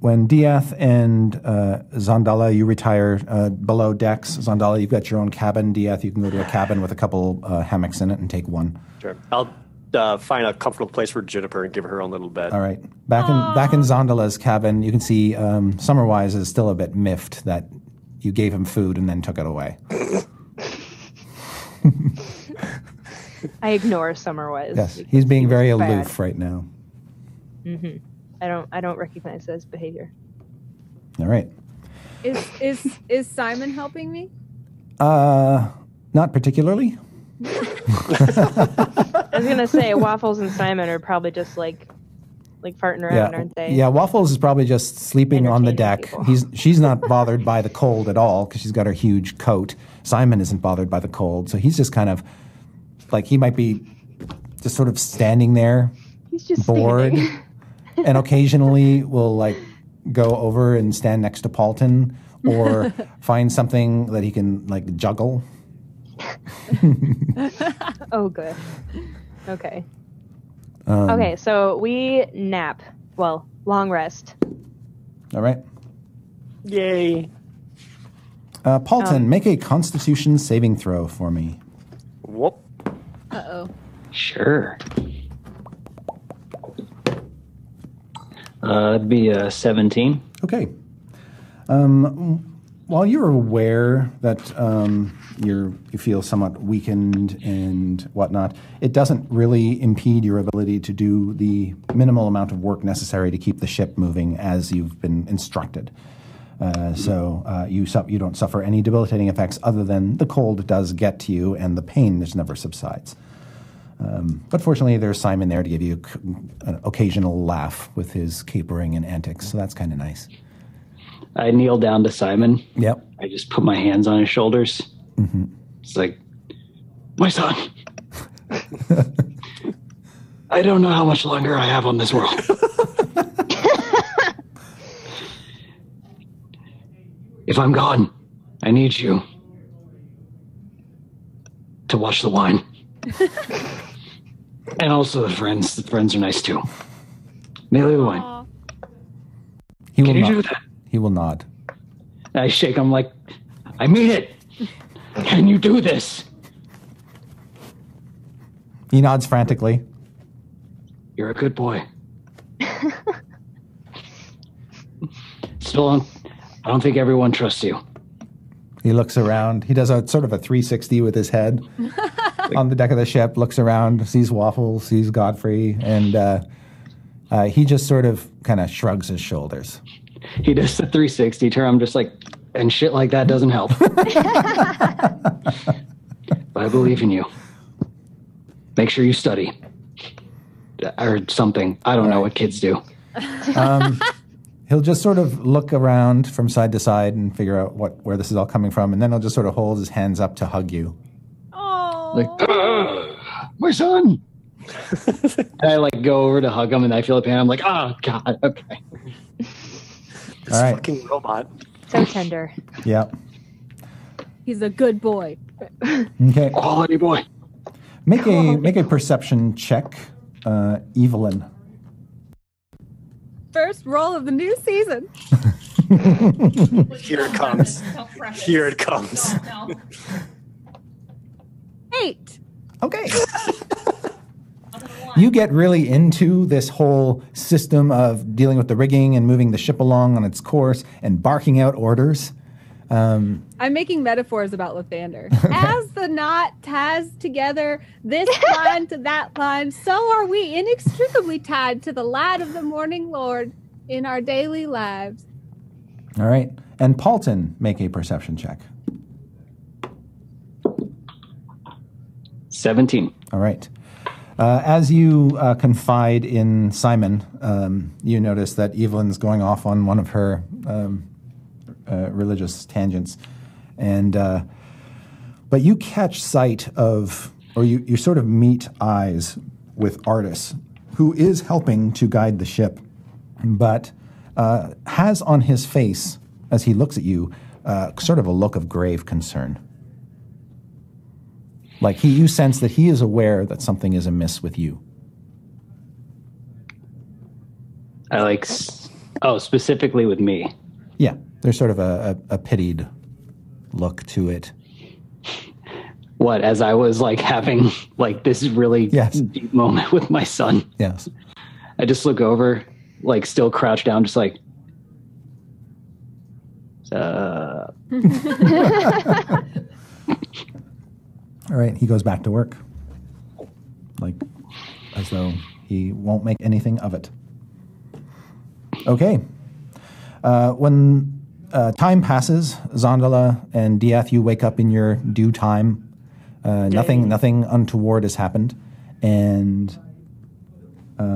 when Dieth and uh, Zandala, you retire uh, below decks. Zandala, you've got your own cabin. Dieth, you can go to a cabin with a couple uh, hammocks in it and take one.
sure. I'll uh, find a comfortable place for Juniper and give her her own little bed.
All right. Back in back in Zandala's cabin, you can see um, Summerwise is still a bit miffed that you gave him food and then took it away.
I ignore Summerwise.
Yes,
because
he's being
he was
very
bad.
aloof right now.
I don't. I don't recognize his behavior.
All right.
Is is is Simon helping me?
Uh, not particularly.
I was
*laughs*
gonna say Waffles and Simon are probably just like, like farting around, aren't they?
yeah. Waffles is probably just sleeping on the
Entertaining
deck.
people. *laughs*
He's she's not bothered by the cold at all because she's got her huge coat. Simon isn't bothered by the cold, so he's just kind of like he might be just sort of standing there,
He's just
bored,
standing. *laughs*
and occasionally will like go over and stand next to Paulton
*laughs*
or find something that he can like juggle.
Oh, good. Okay.
Um,
okay, so we nap. Well, long rest.
All right.
Yay.
Uh, Paulton,
Um,
make a Constitution saving throw for me.
Whoop.
Uh oh.
Sure. Uh, that'd be a 17.
Okay. Um, while you're aware that um, you're, you feel somewhat weakened and whatnot, it doesn't really impede your ability to do the minimal amount of work necessary to keep the ship moving as you've been instructed. Uh, so uh, you su- you don't suffer any debilitating effects other than the cold does get to you and the pain just never subsides. Um, but fortunately, there's Simon there to give you c- an occasional laugh with his capering and antics, so that's kind of nice.
I kneel down to Simon.
Yep.
I just put my hands on his shoulders. It's like, my son. I don't know how much longer I have on this world. if I'm gone, I need you to watch the wine. and also the friends. The friends are nice too. Melee the wine.
Aw.
He will
Can you do
nod.
that?
He will nod.
And I shake. I'm like, I mean it. Can you do this?
He nods frantically.
You're a good boy. Still, I don't think everyone trusts you.
He looks around. He does a sort of a 360 with his
*laughs*
head on the deck of the ship. Looks around, sees Waffle, sees Godfrey, and uh, uh, he just sort of kind of shrugs his shoulders.
He does the 360 turn. I'm just like, and shit like that doesn't help. but I believe in you. Make sure you study uh, or something. I don't know what kids do.
He'll just sort of look around from side to side and figure out what where this is all coming from, and then he'll just sort of hold his hands up to hug you.
Oh.
Like, "Ah, my *laughs* son. and I like go over to hug him and I feel the pain. I'm like, oh, God, okay.
This
All right.
fucking robot.
So tender.
Yep.
He's a good boy.
Okay.
Quality boy.
Make a make a perception check, uh, Evelyn.
First roll of the new season.
Here
*laughs*
it comes. Here it comes.
Eight.
Okay. you get really into this whole system of dealing with the rigging and moving the ship along on its course and barking out orders.
I'm making metaphors about
*laughs*
Lathander. As the knot ties together this line to that line, so are we inextricably tied to the light of the morning Lord in our daily lives.
All right. And Paulton, make a perception check.
17.
All right. Uh, as you uh, confide in Simon, um, you notice that Evelyn's going off on one of her um, uh, religious tangents, and uh, but you catch sight of, or you, you sort of meet eyes with Artis, who is helping to guide the ship, but uh, has on his face as he looks at you uh, sort of a look of grave concern. Like he, you sense that he is aware that something is amiss with you.
I like, s- oh, specifically with me.
Yeah, there's sort of a, a, a pitied look to it.
What, as I was like having like this really
Yes.
deep moment with my son,
Yes.
I just look over, like still crouched down, just like, uh,
All right, he goes back to work. like as though he won't make anything of it. Okay. Uh, when uh, time passes, Zandala and Diath, you wake up in your due time. Uh, nothing, nothing untoward has happened, and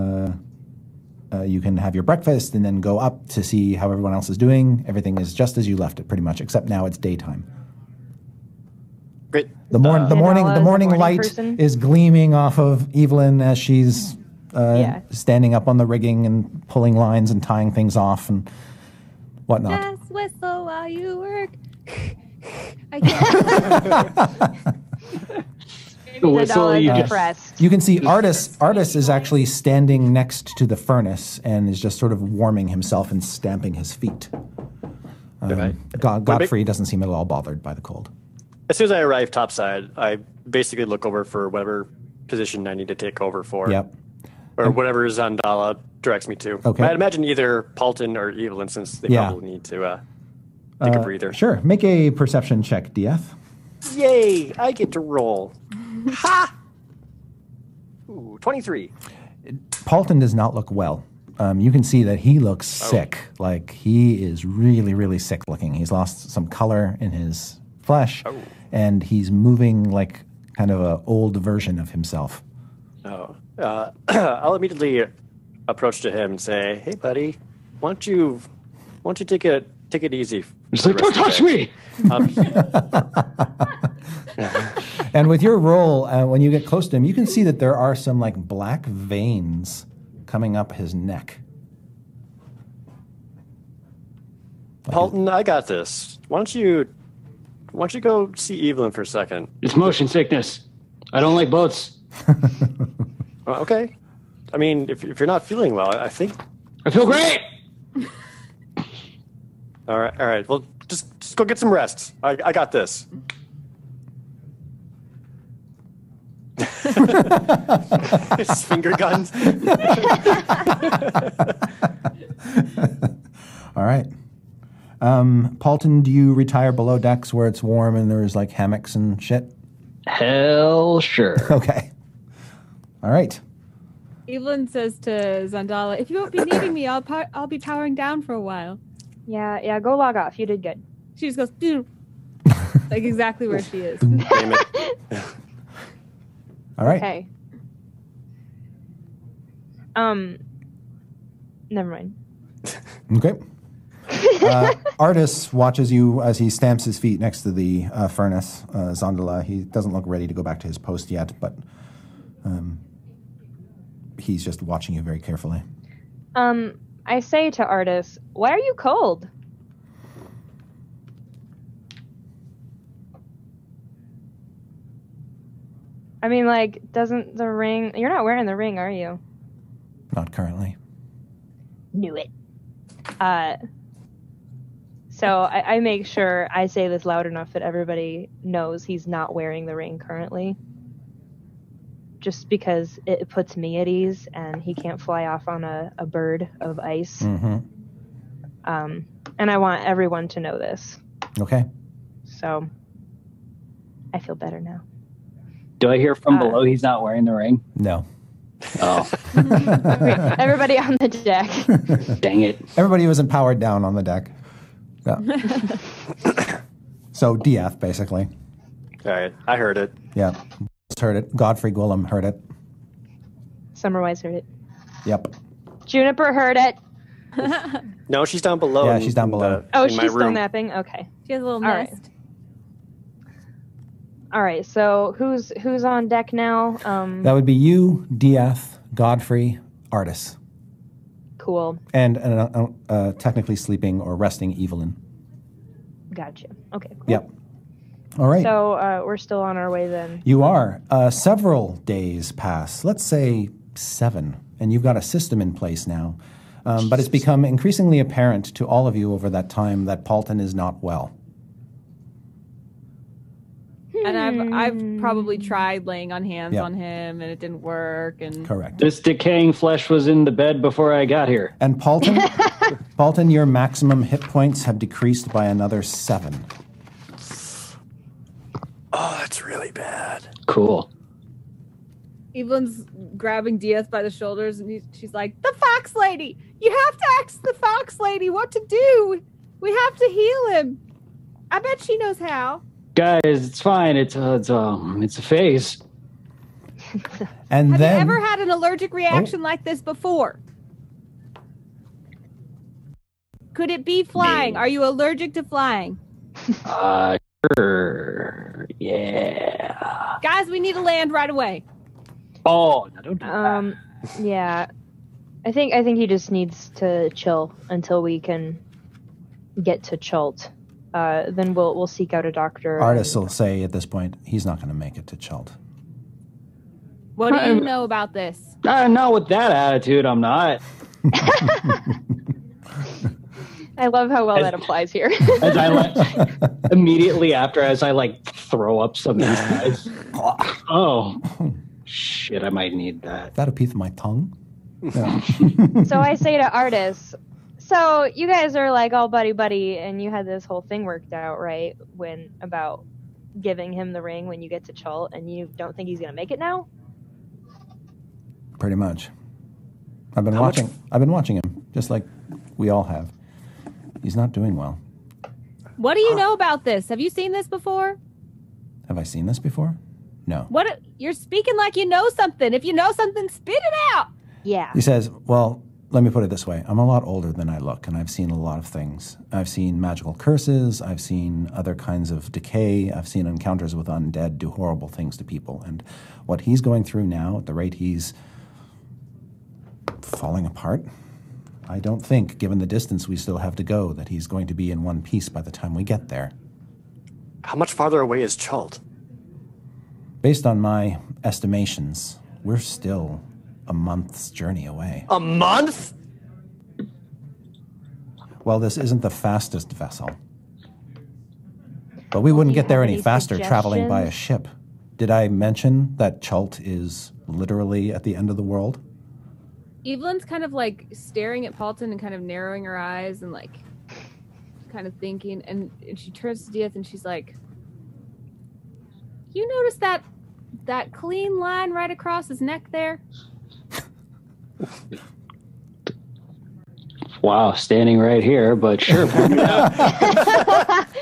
uh, uh, you can have your breakfast and then go up to see how everyone else is doing. Everything is just as you left it, pretty much, except now it's daytime.
Great.
The, mor- the
Zandala
morning,
is
the
the
morning
Uh, morning
light
person?
is gleaming off of Evelyn as she's uh,
Yeah.
standing up on the rigging and pulling lines and tying things off and whatnot.
Just whistle while you work. *laughs* I can't.
The whistle
Nadal
you
is
just
depressed.
You can see Artis. Artis is actually standing next to the furnace and is just sort of warming himself and stamping his feet. Um,
Right.
Go-
big-
Godfrey doesn't seem at all bothered by the cold.
As soon as I arrive topside, I basically look over for whatever position I need to take over for,
Yep.
or whatever Zandala directs me to.
Okay.
I'd imagine either Palton or Evelyn, since they
Yeah. Uh,
probably need to uh, take a breather.
Sure. Make a perception check, DF.
Yay! I get to roll. ha! Ooh, 23.
Paulton does not look well. Um, you can see that he looks sick. Like he is really, really sick looking. He's lost some color in his flesh, and he's moving like kind of an old version of himself.
Oh. Uh, *clears throat* I'll immediately approach to him and say, "Hey, buddy, why don't you, why don't you take it take it easy?"
It's like, don't touch me.
And with your roll, uh, when you get close to him, you can see that there are some like black veins coming up his neck. *laughs*
Palton, I got this. Why don't you, why don't you go see Evelyn for a second?
It's motion sickness. I don't like boats.
Uh, okay. I mean, if, if you're not feeling well, I think.
I feel great.
All right, all right. Well, just just go get some rest. I I got this. *laughs* His finger guns. *laughs*
All right. Um, Paulton, do you retire below decks where it's warm and there's like hammocks and shit?
Hell sure.
Okay. All right.
Evelyn says to Zandala, "If you won't
*laughs*
be needing me, I'll pow- I'll be powering down for a while."
Yeah, yeah, go log off. You did good.
She just goes, "Doo." like exactly where she
*laughs*
is.
Damn it.
All right.
Okay. Um never mind.
Okay. Uh, Artis watches you as he stamps his feet next to the uh, furnace. Uh, Zandala, he doesn't look ready to go back to his post yet, but um, he's just watching you very carefully.
Um I say to Artis, why are you cold? I mean like doesn't the ring you're not wearing the ring, are you?
Not currently.
knew it. Uh, so I, I make sure I say this loud enough that everybody knows he's not wearing the ring currently. Just because it puts me at ease and he can't fly off on a, a bird of ice.
Mm-hmm.
Um, and I want everyone to know this.
Okay.
So I feel better now.
*laughs* Do I hear from
Uh,
below he's not wearing the ring?
No.
Oh,
everybody on the *laughs* deck.
dang it.
Everybody was empowered down on the deck. Yeah. *laughs* so DF, basically.
All right, I heard it.
Yeah. Just heard it. Godfrey Gwillem heard it.
Summerwise heard it.
Yep.
Juniper heard it.
No, she's down below.
Yeah,
in-
she's down
in
below.
the-
Oh,
in
she's
my
still
room.
napping? Okay.
She has a little
All right.
nest.
All right. So who's who's on deck now? Um,
That would be you, DF, Godfrey, Artis,
cool.
and uh, uh, uh, technically sleeping or resting Evelyn.
Gotcha. Okay. Cool.
Yep. All right.
So uh, we're still on our way then.
you are. Uh, several days pass, let's say seven, and you've got a system in place now. Um, but it's become increasingly apparent to all of you over that time that Paulton is not well.
And I've I've probably tried laying on hands
Hmm. Yeah.
on him and it didn't work and
Correct.
This decaying flesh was in the bed before I got here.
And
*laughs*
Paulton, Paulton, your maximum hit points have decreased by another seven.
Oh, it's really bad.
Cool.
Evelyn's grabbing Diaz by the shoulders, and he, she's like, "The Fox Lady! You have to ask the Fox Lady what to do. We have to heal him. I bet she knows how."
Guys, it's fine. It's uh, it's um, it's a phase.
And
Have
then Oh.
you ever had an allergic reaction like this before? Could it be flying? Are you allergic to flying?
Uh, sure. Yeah.
Guys, we need to land right away.
Oh, no, don't do that.
Um, yeah, I think I think he just needs to chill until we can get to Chult. Uh, then we'll we'll seek out a doctor.
artists will say at this point he's not going to make it to Chult.
What do you
Um,
know about this?
Uh, not with that attitude. I'm not.
I love how well
As-
that applies
*laughs*
here.
As
*laughs*
I like, immediately after, as I like throw up some insides. Oh, shit! I might need that.
That a piece of my tongue? Yeah.
so I say to artists, so you guys are like all buddy buddy, and you had this whole thing worked out, right? When about giving him the ring when you get to Chult, and you don't think he's gonna make it now?
Pretty much. I've been
How much-
watching. I've been watching him, just like we all have. He's not doing well.
What do
Uh,
you know about this? Have you seen this before?
Have I seen this before? No.
What you're speaking like you know something. If you know something, spit it out.
Yeah.
He says, Well, let me put it this way. I'm a lot older than I look, and I've seen a lot of things. I've seen magical curses, I've seen other kinds of decay, I've seen encounters with undead do horrible things to people. And what he's going through now, at the rate he's falling apart, I don't think, given the distance we still have to go, that he's going to be in one piece by the time we get there.
How much farther away is Chult?
Based on my estimations, we're still a month's journey away.
A month?
Well, this isn't the fastest vessel. But we wouldn't
you
get there
have
any
any
faster traveling by a
suggestions?
ship. Did I mention that Chult is literally at the end of the world?
Evelyn's kind of like staring at Paulton and kind of narrowing her eyes and like kind of thinking. And, and she turns to Diaz and she's like, "You notice that that clean line right across his neck there?
Wow, standing right here, but
*laughs*
sure.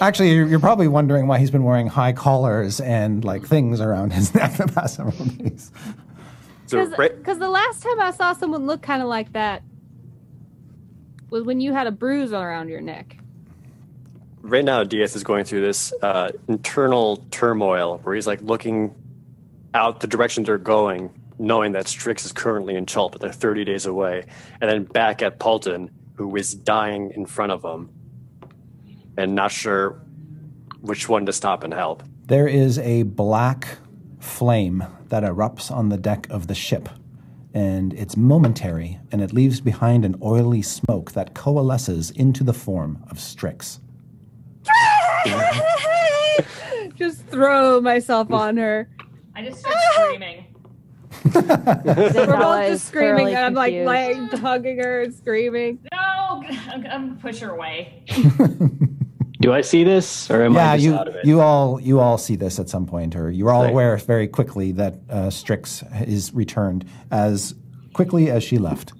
Actually, you're, you're probably wondering why he's been wearing high collars and like things around his *laughs* neck the past several days.
Is
Because
it right-
the last time I saw someone look kind of like that was when you had a bruise around your neck.
right now Diaz is going through this uh, internal turmoil where he's like looking out the direction they're going, knowing that Strix is currently in Chult, but they're 30 days away, and then back at Paulton, who is dying in front of him, and not sure which one to stop and help.
There is a black flame that erupts on the deck of the ship, and it's momentary, and it leaves behind an oily smoke that coalesces into the form of Strix.
Just throw myself on her.
I just start screaming.
We're
Zendala
both
is
just screaming,
thoroughly
and I'm like,
confused.
like hugging her and screaming.
No, I'm, I'm gonna push her away.
Do I see this, or am
yeah,
I just
you
out of it?
you all you all see this at some point, or you're all
Right.
aware very quickly that uh, Strix is returned as quickly as she left.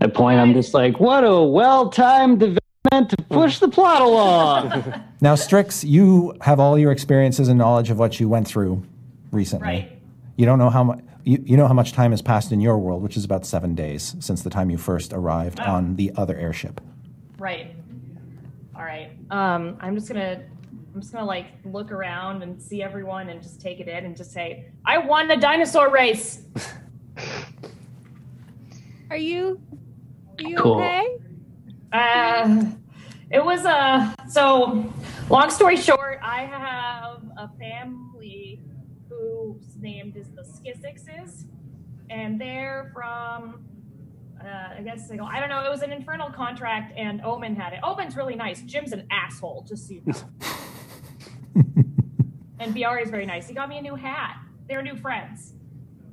At point, I'm just like, what a well-timed development to push the plot along.
Now, Strix, you have all your experiences and knowledge of what you went through recently.
Right.
You don't know how much you, you know how much time has passed in your world, which is about seven days since the time you first arrived on the other airship.
Right. All right. Um, I'm just gonna, I'm just gonna like look around and see everyone and just take it in and just say, I won the dinosaur race.
Are you? Are you
Cool.
okay?
Uh, it was uh, so. Long story short, I have a family whose name is the Skissixes, and they're from. Uh, I guess they go- I don't know. It was an infernal contract, and Omen had it. Omen's really nice. Jim's an asshole, just so you know. and Biari is very nice. He got me a new hat. They're new friends.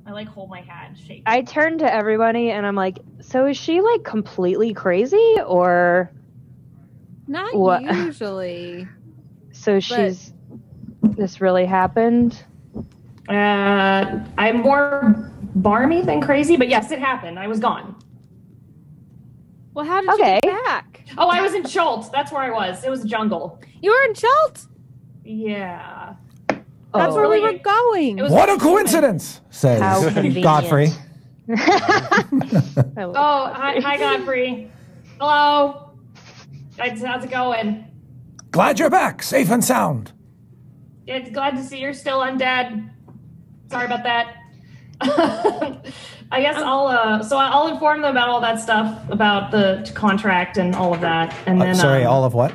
I like hold my hat and shake.
I turn to everybody and I'm like, so is she like completely crazy or
Not
What?
usually.
so she's this really happened?
Uh, I'm more barmy than crazy, but yes, it happened. I was gone.
Well, how did
Okay.
you get back?
Oh, I was in Schultz. That's where I was. It was a jungle.
You were in Chult.
Yeah.
That's
Oh.
where *laughs* we
really?
were going.
It was
What a coincidence, says
How convenient.
Godfrey.
*laughs* Oh,
Oh, hi, hi Godfrey. Hello. It's- How's it going?
Glad you're back, safe and sound.
It's glad to see you're still undead. Sorry about that. *laughs* I guess I'll uh, so I'll inform them about all that stuff about the contract and all of that, and
Uh,
then
sorry,
um,
all of what?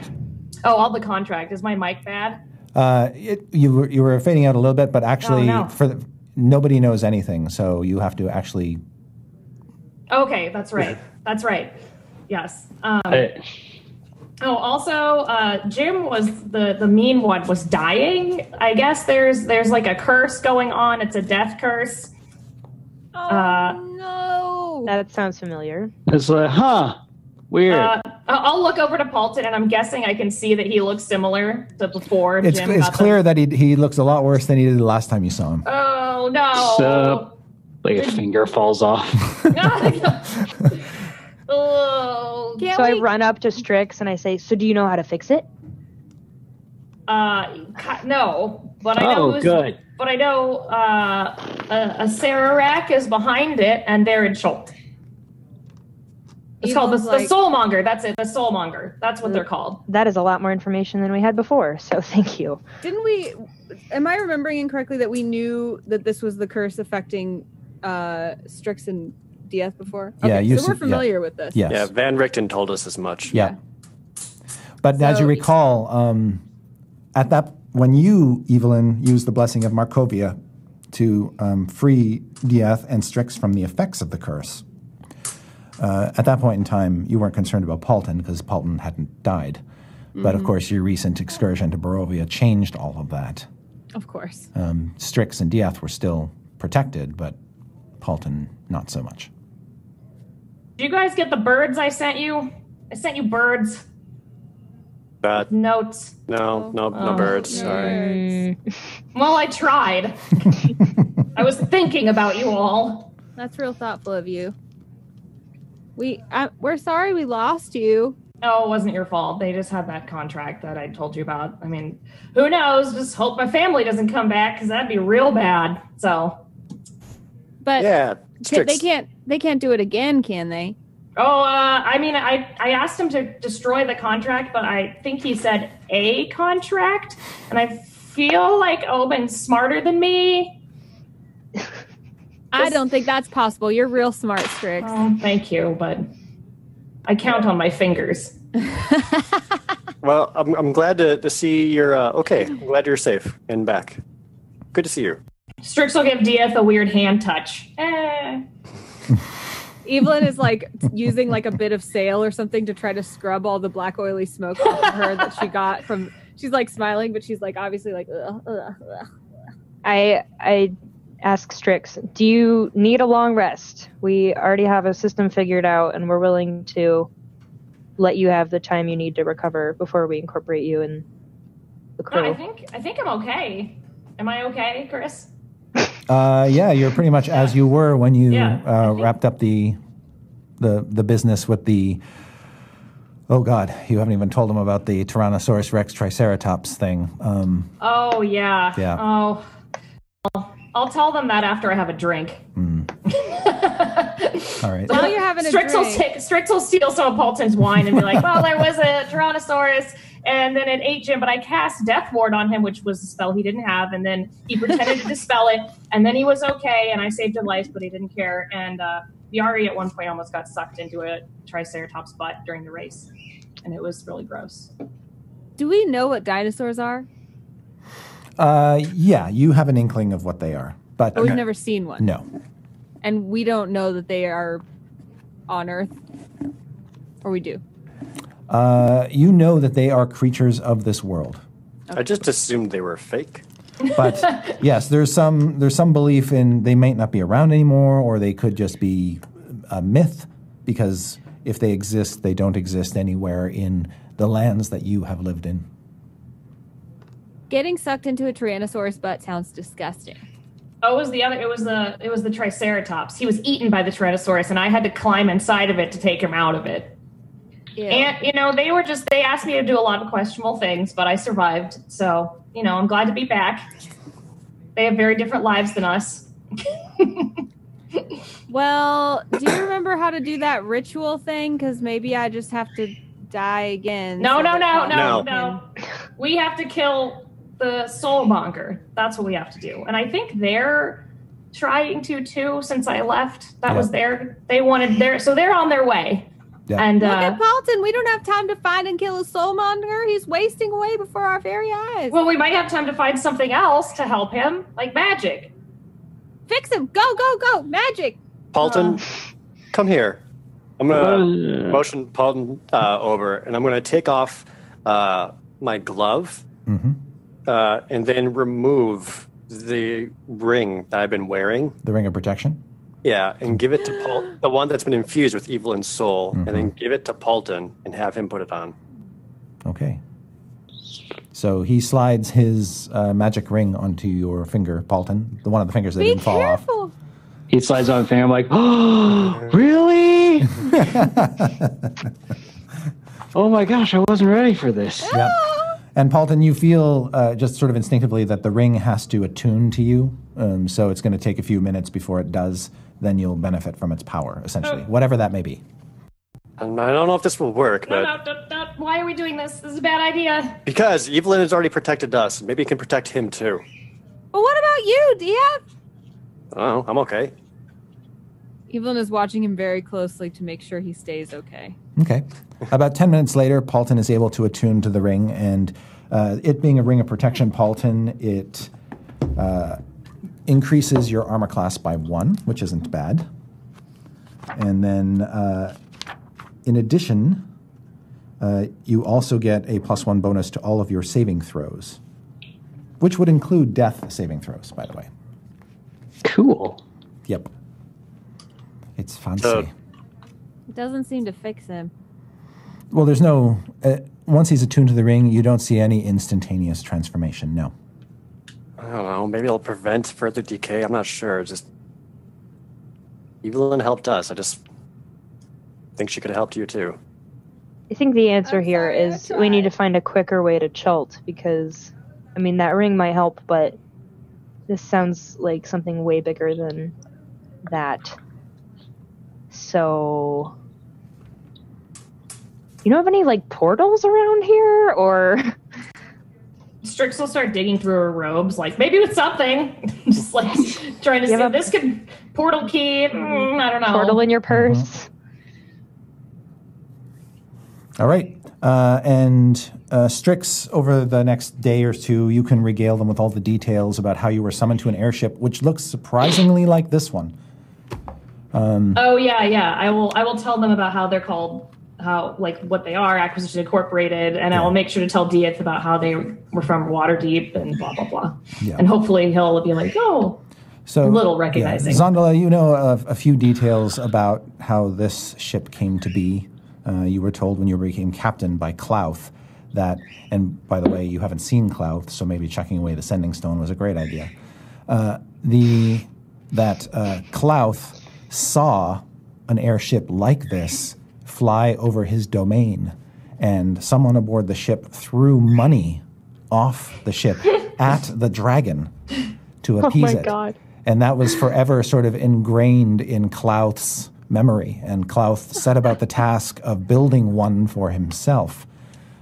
oh all the contract is my mic bad?
Uh, it, you were you were fading out a little bit, but actually,
Oh, no.
for the, nobody knows anything, so you have to actually.
Okay, that's right, that's right. Yes. Um,
I,
oh, also uh, Jim was the the mean one was dying. I guess there's there's like a curse going on. It's a death curse.
Oh
Uh,
no!
that sounds familiar.
it's like, huh, weird.
Uh, I- I'll look over to Paulton, and I'm guessing I can see that he looks similar to before.
It's
Jim
it's
got the-
clear that he he looks a lot worse than he did the last time you saw him.
Oh no!
*laughs* So- like a finger falls off.
*laughs* oh.
Can't
So I
we-
run up to Strix and I say, "So do you know how to fix it?"
Uh, ca- no, but I know.
oh,
who's-
good.
But I know uh, a, a Sararak is behind it, and they're in Schult. It's
He
called the,
was
the
like-
Soulmonger. That's it. The Soulmonger. That's what they're called.
That is a lot more information than we had before. So thank you.
Didn't we? Am I remembering incorrectly that we knew that this was the curse affecting uh, Strix and DF before?
Yeah, you
so we're
said- yeah.
familiar with this.
Yes.
Yeah, Van Richten told us as much.
Yeah. But as you
So-
recall, um, at that when you, Evelyn, used the blessing of Markovia to um, free Dieth and Strix from the effects of the curse, uh, at that point in time, you weren't concerned about Paulton because Paulton hadn't died. But of course, your recent excursion to Barovia changed all of that.
Of course.
Um, Strix and Dieth were still protected, but Paulton not so much.
Did you guys get the birds I sent you? I sent you birds
But
notes.
no, no, no
Oh.
birds. Sorry.
Nerds.
Well,
*laughs*
I tried. I was thinking about you all.
That's real thoughtful of you. We I, we're sorry we lost you.
No, it wasn't your fault. They just had that contract that I told you about. I mean, who knows? Just hope my family doesn't come back because that'd be real bad. So,
But
Yeah,
ca- they
Strix.
can't they can't do it again, can they?
oh, uh, I mean, I, I asked him to destroy the contract, but I think he said a contract. And I feel like Omen's smarter than me.
I
This-
don't think that's possible. You're real smart, Strix.
*laughs*
Oh, thank you, but I count on my fingers.
Well, I'm, I'm glad to, to see you're uh, okay. I'm glad you're safe and back. Good to see you.
Strix will give DF a weird hand touch. Eh.
Evelyn is like using like a bit of sail or something to try to scrub all the black oily smoke off of her that she got from. She's like smiling, but she's like obviously like. Ugh, ugh, ugh.
I I ask Strix, "Do you need a long rest? We already have a system figured out, and we're willing to let you have the time you need to recover before we incorporate you in the
No, I
crew."
think I think I'm okay. Am I okay, Chris?
Uh, yeah, you're pretty much as you were when you
Yeah, I
uh,
think-
wrapped up the the the business with the. Oh God, you haven't even told him about the Tyrannosaurus Rex Triceratops thing. Um,
Oh yeah.
Yeah.
Oh, I'll- I'll tell them that after I have a drink.
all right,
While you're having a
Strix will,
drink,
take, Strix will steal some of Paulton's wine and be like, "Well, there was a Tyrannosaurus, and then it ate Jim, but I cast Death Ward on him, which was a spell he didn't have, and then he pretended to dispel it, and then he was okay, and I saved his life, but he didn't care, and uh, Yari at one point almost got sucked into a Triceratops butt during the race, and it was really gross.
do we know what dinosaurs are?
uh, yeah, you have an inkling of what they are, but
Oh,
But We've never seen one,
no,
and we don't know that they are on Earth, or we do.
uh, you know that they are creatures of this world.
I just assumed they were fake.
*laughs*
But yes, there's some there's some belief in they might not be around anymore, or they could just be a myth because if they exist, they don't exist anywhere in the lands that you have lived in.
Getting sucked into a tyrannosaurus butt sounds disgusting.
Oh, it was the other. It was the it was the Triceratops. He was eaten by the Tyrannosaurus, and I had to climb inside of it to take him out of it. And you know, they were just they asked me to do a lot of questionable things, but I survived. So, you know, I'm glad to be back. They have very different lives than us.
Well, do you remember how to do that ritual thing? Because maybe I just have to die again.
No,
so
no,
that
no, no,
No.
no. We have to kill the soulmonger. That's what we have to do. And I think they're trying to too since I left. That
Yeah.
was their they wanted their so they're on their way.
Yeah.
And
Look
uh,
at Paulton. We don't have time to find and kill a soulmonger. He's wasting away before our very eyes.
well, we might have time to find something else to help him, like magic.
Fix him. Go, go, go. Magic.
Uh.
Paulton, come here. I'm gonna
Uh,
motion Paulton uh, over, and I'm gonna take off uh, my glove
Mhm.
uh, and then remove the ring that I've been wearing.
The ring of protection.
Yeah, and give it to Paul, the one that's been infused with evil and soul, and then give it to Paulton and have him put it on.
Okay. So he slides his uh, magic ring onto your finger, Paulton, the one of the fingers that
Be
didn't fall off.
careful.
*laughs* he slides on fan. I'm like, oh,
*laughs*
really? oh my gosh, I wasn't ready for this.
Yep. And Paulton, you feel uh, just sort of instinctively that the ring has to attune to you, um, so it's going to take a few minutes before it does. Then you'll benefit from its power, essentially, whatever that may be.
And I don't know if this will work,
No,
but
no, no, no. Why are we doing this? This is a bad idea.
because Evelyn has already protected us, maybe it can protect him too.
But what about you, Dia?
Oh, I'm okay.
Evelyn is watching him very closely to make sure he stays okay.
Okay. About 10 minutes later, Paulton is able to attune to the ring, and uh, it being a ring of protection, Paulton, it uh, increases your armor class by one, which isn't bad. And then, uh, in addition, uh, you also get a plus one bonus to all of your saving throws, which would include death saving throws, by the way.
Cool.
Yep. It's fancy.
Uh,
It doesn't seem to fix him.
Well, there's no. Uh, once he's attuned to the ring, you don't see any instantaneous transformation. No.
I don't know. Maybe it'll prevent further decay. I'm not sure. It's just Evelyn helped us. I just think she could have helped you too.
I think the answer
I'm
here
sorry, I
is we need to find a quicker way to Chult because, I mean, that ring might help, but this sounds like something way bigger than that. So, you don't have any like portals around here, or *laughs*
Strix will start digging through her robes, like maybe with something. *laughs* Just like trying to
You
see
have a-
this could portal key. mm, I don't know.
portal in your purse?
Mm-hmm. All right. Uh, and uh, Strix, over the next day or two, you can regale them with all the details about how you were summoned to an airship, which looks surprisingly like this one.
Oh yeah, yeah. I will. I will tell them about how they're called, how like what they are, Acquisition Incorporated, and I will make sure to tell Dieth about how they were from Waterdeep and blah blah blah.
Yeah.
And hopefully he'll be like, oh,
So,
little recognizing.
Yeah, Zondala, you know a, a few details about how this ship came to be. Uh, you were told when you became captain by Clouth that, and by the way, you haven't seen Clouth, so maybe chucking away the sending stone was a great idea. Uh, the that uh, Clouth saw an airship like this fly over his domain, and someone aboard the ship threw money off the
*laughs*
ship at the dragon to appease
Oh my
it.
God.
And that was forever sort of ingrained in Clouth's memory. And Clouth set about the task of building one for himself.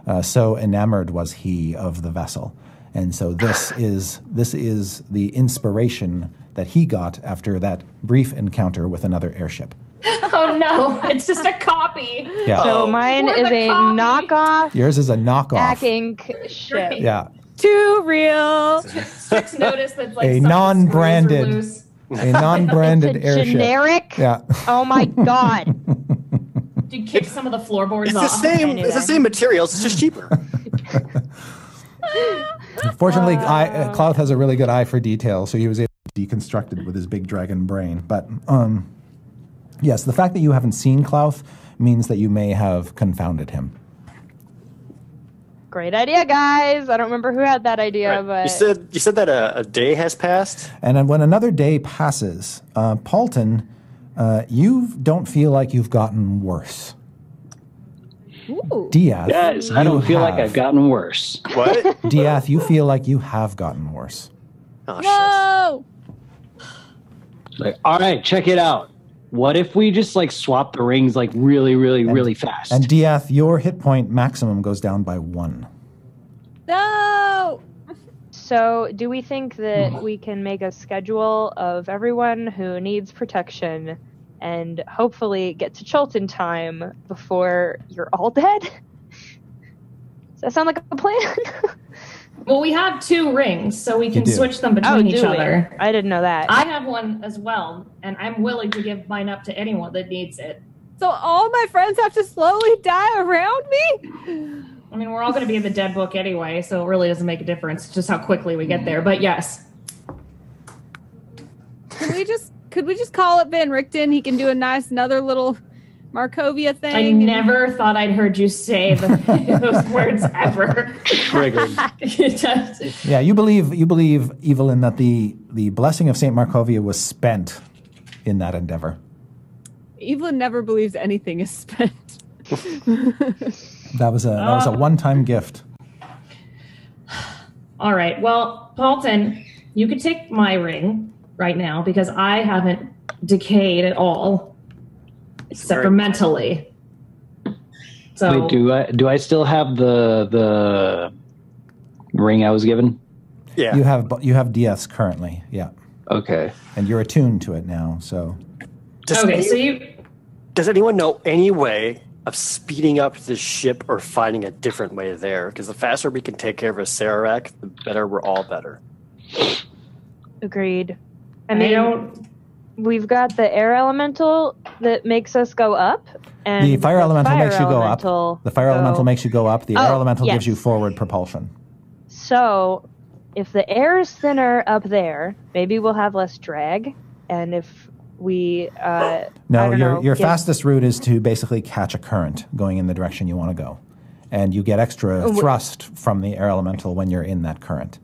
Uh, so enamored was he of the vessel. And so this is this is the inspiration that he got after that brief encounter with another airship.
oh no, *laughs*
*laughs*
it's just a copy.
Yeah.
So mine
We're
is
the
a
copy.
knockoff
Yours is a knockoff.
*laughs*
Black Ink ship.
Great.
Yeah.
Too real.
*laughs*
Strix noticed that like
A
some of the screws are
non-branded-
loose.
A non-branded airship.
Generic.
Yeah.
Oh
*laughs*
my god.
Dude, kick some of the floorboards
It's the
off.
same.
knew
It's the
that.
same materials. It's
*laughs*
just cheaper.
Fortunately, I, uh, Clouth has a really good eye for detail, so he was able to deconstruct it with his big dragon brain. But um, yes, the fact that you haven't seen Clouth means that you may have confounded him.
Great idea, guys. I don't remember who had that idea,
Right.
but
you said you said that a, a day has passed.
And then when another day passes, uh, Paulton, uh, you don't feel like you've gotten worse.
Ooh.
Diaz,
Yes, I don't
you
feel like
have.
I've gotten worse.
*laughs*
What?
Diaz, you feel like you have gotten worse.
oh shit!
Whoa!
Like, all right, check it out. What if we just like swap the rings like really, really, really fast?
And Diaz, your hit point maximum goes down by one.
No!
so do we think that we can make a schedule of everyone who needs protection and hopefully get to Chilton time before you're all dead? Does that sound like a plan?
Well, we have two rings, so we can
do.
switch them *laughs* between each
Oh, do we?
other.
I didn't know that.
I have one as well, and I'm willing to give mine up to anyone that needs it.
So all my friends have to slowly die around me?
I mean, we're all going to be in the dead book anyway, so it really doesn't make a difference just how quickly we get there. But yes,
Can we just could we just call it Van Richten? He can do a nice another little Markovia thing.
I
and-
never thought I'd heard you say the, *laughs* those words ever. *laughs*
Triggered.
It just-
Yeah, you believe you believe, Evelyn, that the the blessing of Saint Markovia was spent in that endeavor.
Evelyn never believes anything is spent.
That was a that was a
Ah.
Um.
one time gift.
all right. Well, Paulton, you could take my ring right now because I haven't decayed at all, except for
Right.
mentally. So
Wait, do I do I still have the the ring I was given?
Yeah.
You have you have DS currently, yeah,
Okay.
and you're attuned to it now. So
Does,
okay,
any-
so you
does anyone know any way of speeding up the ship or finding a different way there? Because the faster we can take care of a Sarac, the better we're all better.
Agreed. I
I
mean,
don't.
we've got the air elemental that makes us go up, and
the fire elemental makes you go up. The fire elemental
makes.
makes you go up. The air
Oh,
elemental gives
yes.
you forward propulsion.
So, if the air is thinner up there, maybe we'll have less drag, and if we, uh, I
No,
don't
your
know,
your
give-
fastest route is to basically catch a current going in the direction you want to go, and you get extra
Oh, wh-
thrust from the air elemental when you're in that current.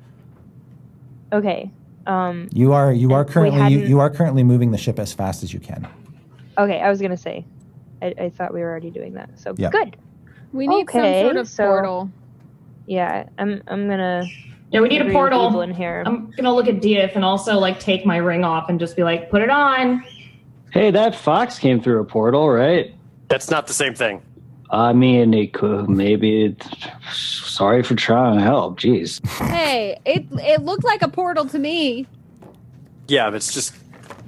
okay, um,
You are you are
we
currently you,
hadn't-
you are currently moving the ship as fast as you can.
okay, I was gonna say, I, I thought we were already doing that, so
Yep.
good.
We need
Okay,
some sort of
so-
portal.
Yeah, I'm I'm gonna
Yeah, we need a
agree with
portal. Um,
Evelyn here.
I'm gonna look at Diff and also like take my ring off and just be like, put it on.
Hey, that fox came through a portal, right?
That's not the same thing.
I mean, it could maybe. It's, sorry for trying to help. Jeez.
hey, it it looked like a portal to me.
Yeah, but it's just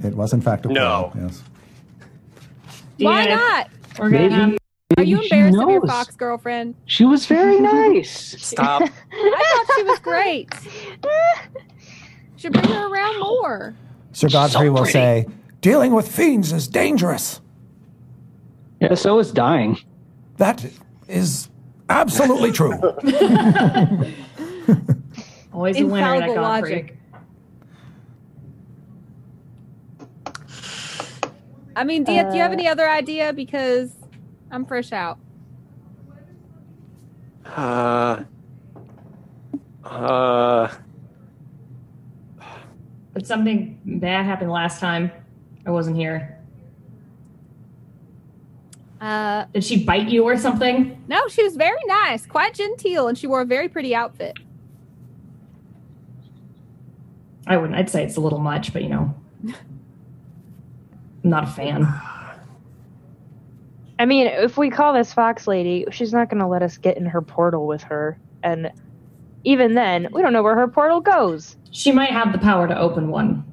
It was in fact a
No.
portal, yes.
Why
Diff,
not?
We're gonna
Maybe-
have
Are
Maybe
you
she
embarrassed of your
knows.
fox girlfriend?
She
*laughs*
was very nice.
stop.
I thought she was great. Should bring her around more.
Sir Godfrey will say, "Dealing with fiends is dangerous.
yeah, so was dying.
That is absolutely true."
always a winner. That
Infallible
Godfrey.
logic. I mean, Dia, do you have
Uh,
any other idea? Because I'm fresh out.
Uh, uh,
But something bad happened last time. I wasn't here.
Uh,
Did she bite you or something?
no, she was very nice, quite genteel, and she wore a very pretty outfit.
I wouldn't. I'd say it's a little much, but you know, I'm not a fan.
I mean, if we call this fox lady, she's not gonna let us get in her portal with her, and even then, we don't know where her portal goes.
She might have the power to open one.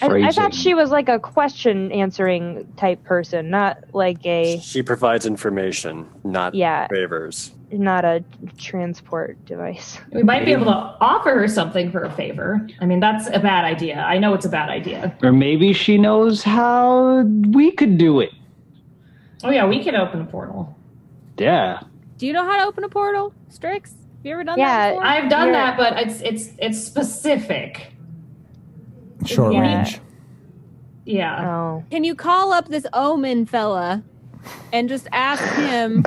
I, I
Phrasing.
thought she was like a question answering type person, not like a
she provides information, not
yeah,
favors.
not a transport device.
We might be able to offer her something for a favor. I mean, that's a bad idea. I know it's a bad idea.
Or maybe she knows how we could do it.
Oh yeah, we could open a portal.
Yeah.
Do you know how to open a portal, Strix? Have you ever done
Yeah,
that before?
I've done
You're-
that, but it's it's it's specific.
Short
Yeah.
range.
Yeah.
Oh,
*sighs*
Can you call up this omen fella and just ask him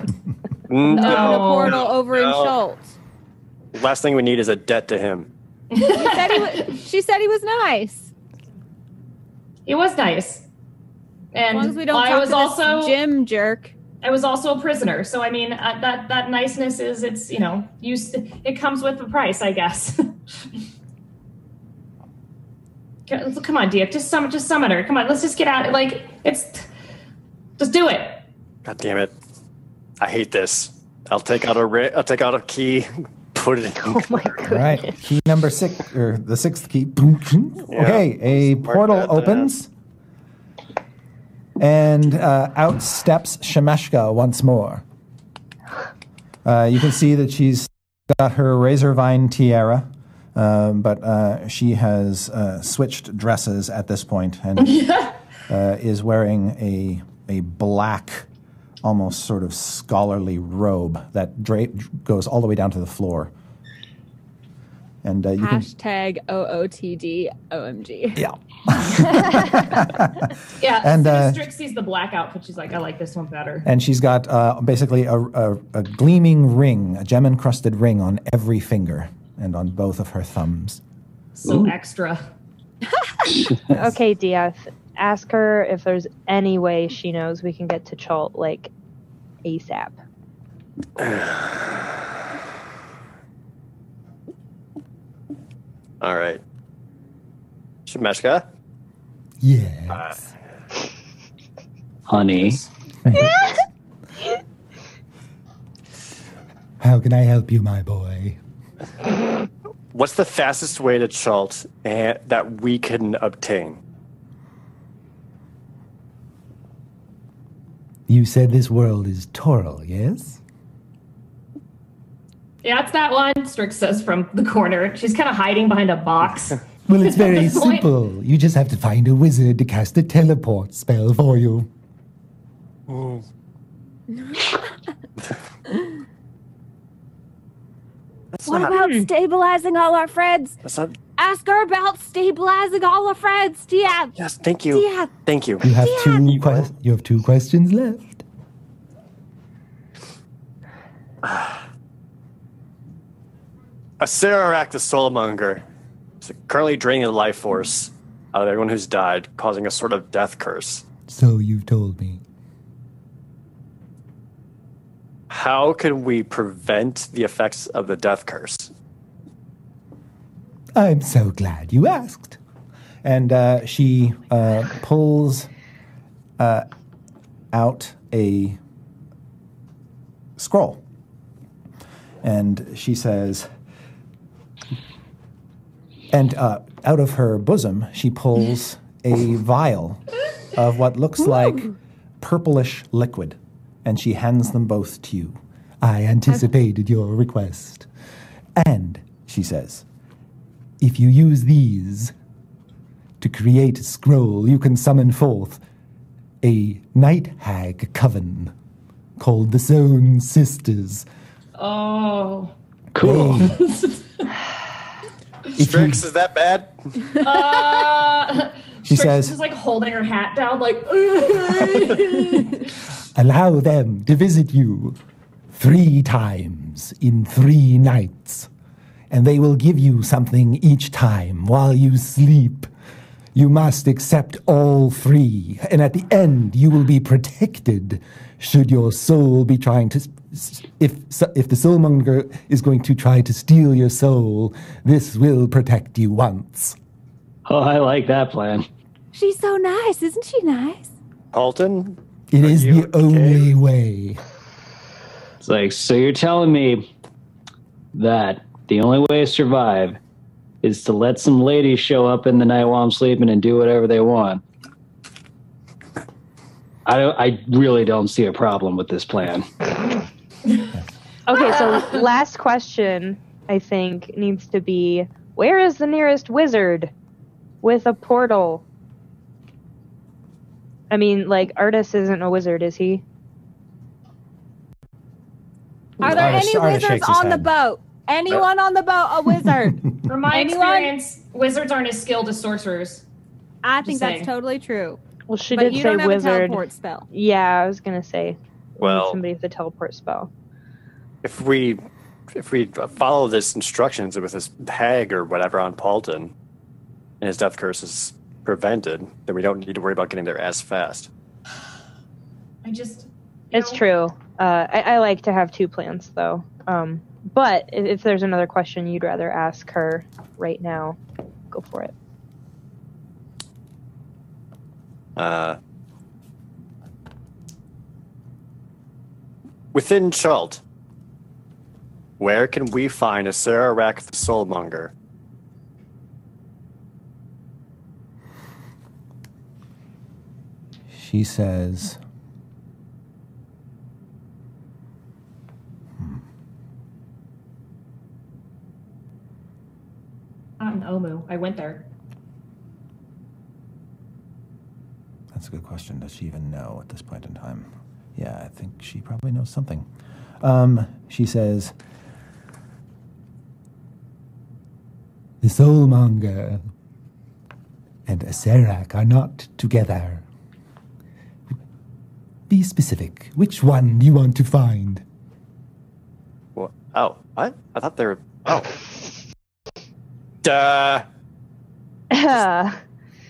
Mm,
open a
No.
portal over in
No.
Schultz.
Last thing we need is a debt to him.
She said he was, *laughs* she said he was nice.
It was nice.
As
And
long as we don't
I
talk
was
to
also
this Jim
*laughs*
jerk.
I was also a prisoner, so I mean uh, that that niceness is it's you know you s- it comes with a price, I guess. *laughs* Come come on, Dia, just sum just summon her. Come on, let's just get out. Like it's just do it.
God damn it! I hate this. I'll take out a ri- I'll take out a key, *laughs* put it in.
Oh my
All
goodness.
right. Key number six, or the sixth key. Okay, a
Smart
portal
about that.
opens. And uh, out steps Shemeshka once more. Uh, you can see that she's got her razor vine tiara, um, but uh, she has uh, switched dresses at this point and uh, is wearing a, a black, almost sort of scholarly robe that drape, goes all the way down to the floor. And uh, you can
Hashtag OOTD OMG.
Yeah.
Yeah,
And,
and
uh,
Strix sees the black outfit. She's like, I like this one better.
And she's got uh, basically a, a, a gleaming ring, a gem encrusted ring on every finger and on both of her thumbs.
So extra.
Okay, DF, ask her if there's any way she knows we can get to Chult like ASAP.
*laughs* All right, Shemeshka.
Yeah.
honey.
How can I help you, my boy?
What's the fastest way to Chult eh, that we can obtain?
You said this world is Toral, yes?
Yeah, it's that one. Strix says from the corner. She's kind of hiding behind a box.
Well, it's very
Good point.
simple. You just have to find a wizard to cast a teleport spell for you.
That's
What
not.
about stabilizing all our friends?
that's not.
Ask her about stabilizing all our friends. Yeah.
Yes. Thank you.
Yeah.
Thank you.
You have two que- you have two questions left.
A Sararak the Soulmonger is currently draining the life force out of everyone who's died, causing a sort of death curse.
So you've told me.
How can we prevent the effects of the death curse?
I'm so glad you asked. And uh, she uh, pulls uh, out a scroll. And she says, and uh, out of her bosom, she pulls a vial of what looks like purplish liquid. And she hands them both to you. I anticipated your request. And, she says, if you use these to create a scroll, you can summon forth a night hag coven called the Zone Sisters.
Oh.
Cool.
Strix, is that bad?
Uh,
She
Strix
says-
is like holding her hat down, like. *laughs*
Allow them to visit you three times in three nights, and they will give you something each time while you sleep. You must accept all three, and at the end, you will be protected. Should your soul be trying to, s- s- if s- if the soulmonger is going to try to steal your soul, this will protect you once.
Oh, I like that plan.
She's so nice. Isn't she nice?
Halton?
It is
you
the only way.
It's like, so you're telling me that the only way to survive is to let some ladies show up in the night while I'm sleeping and do whatever they want. I don't, I really don't see a problem with this plan.
Okay, so last question I think needs to be where is the nearest wizard with a portal? I mean, like Artis isn't a wizard, is he?
Are there
Artis-
any
Artis shakes
wizards
his
on the
head.
boat? Anyone
Uh,
on the boat
*laughs*
a wizard?
From my
Anyone?
experience, wizards aren't as skilled as sorcerers.
I think that's
saying.
totally true.
Well, she
but
did
you
say
don't have a
wizard.
teleport spell.
Yeah, I was gonna say we need
Well-
somebody with a teleport spell.
if we if we follow this instructions with this hag or whatever on Paulton, and his death curse is prevented, then we don't need to worry about getting there as fast.
I just. you
It's
know,
true. Uh, I, I like to have two plans, though. Um, but if, if there's another question you'd rather ask her right now, go for it. *laughs*
Uh, within Chult, where can we find a Sarah Rack the Soulmonger?
She says,
Not in Omu. I went there.
That's a good question. Does she even know at this point in time? Yeah, I think she probably knows something. Um, she says, The soulmonger and a Serac are not together. Be specific. Which one do you want to find?
What? Oh, what? I thought they were. Oh. Duh.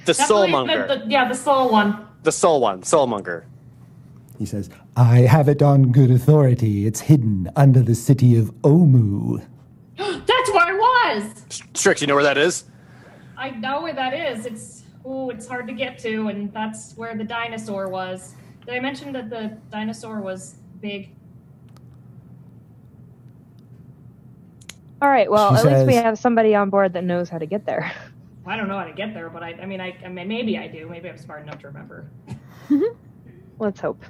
The Soulmonger.
The, the, yeah, the soul one.
the Soul one. Soulmonger.
He says, I have it on good authority. It's hidden under the city of Omu.
That's where I was.
Strix, you know where that is?
I know where that is. It's ooh, it's hard to get to, and that's where the dinosaur was. Did I mention that the dinosaur was big?
All right. Well,
She
at least we
says-
have somebody on board that knows how to get there. *laughs*
I don't know how to get there, but I, I mean, I, I mean, maybe I do. Maybe I'm smart enough to remember.
Let's hope.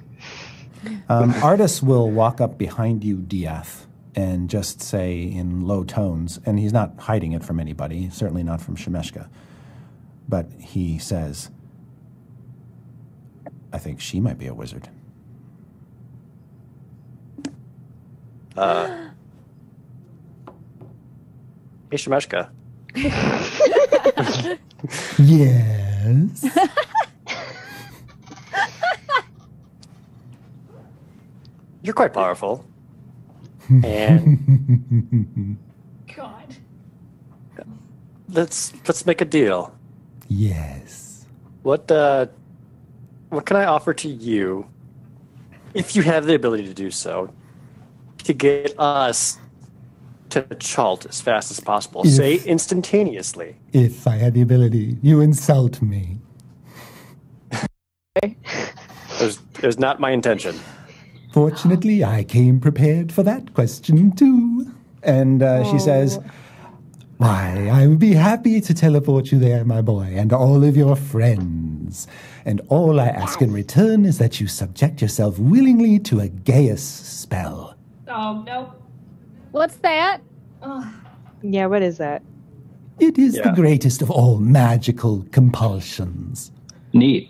Um, artists will walk up behind you, Diath, and just say in low tones, and he's not hiding it from anybody, certainly not from Shemeshka, but he says, I think she might be a wizard.
Uh, hey, Shemeshka.
Yes.
You're quite powerful. And
God.
let's let's make a deal.
*laughs* yes.
What uh, what can I offer to you, if you have the ability to do so, to get us to Chalt as fast as possible?
If-
Say instantaneously.
If I had the ability, you insult me.
It was, it was not my intention.
Fortunately, I came prepared for that question too. And uh, she says, Why, I would be happy to teleport you there, my boy, and all of your friends. And all I ask in return is that you subject yourself willingly to a Gaius spell.
Oh no.
What's that?
Ugh.
Yeah. What is that?
It is the
Yeah.
greatest of all magical compulsions.
Neat.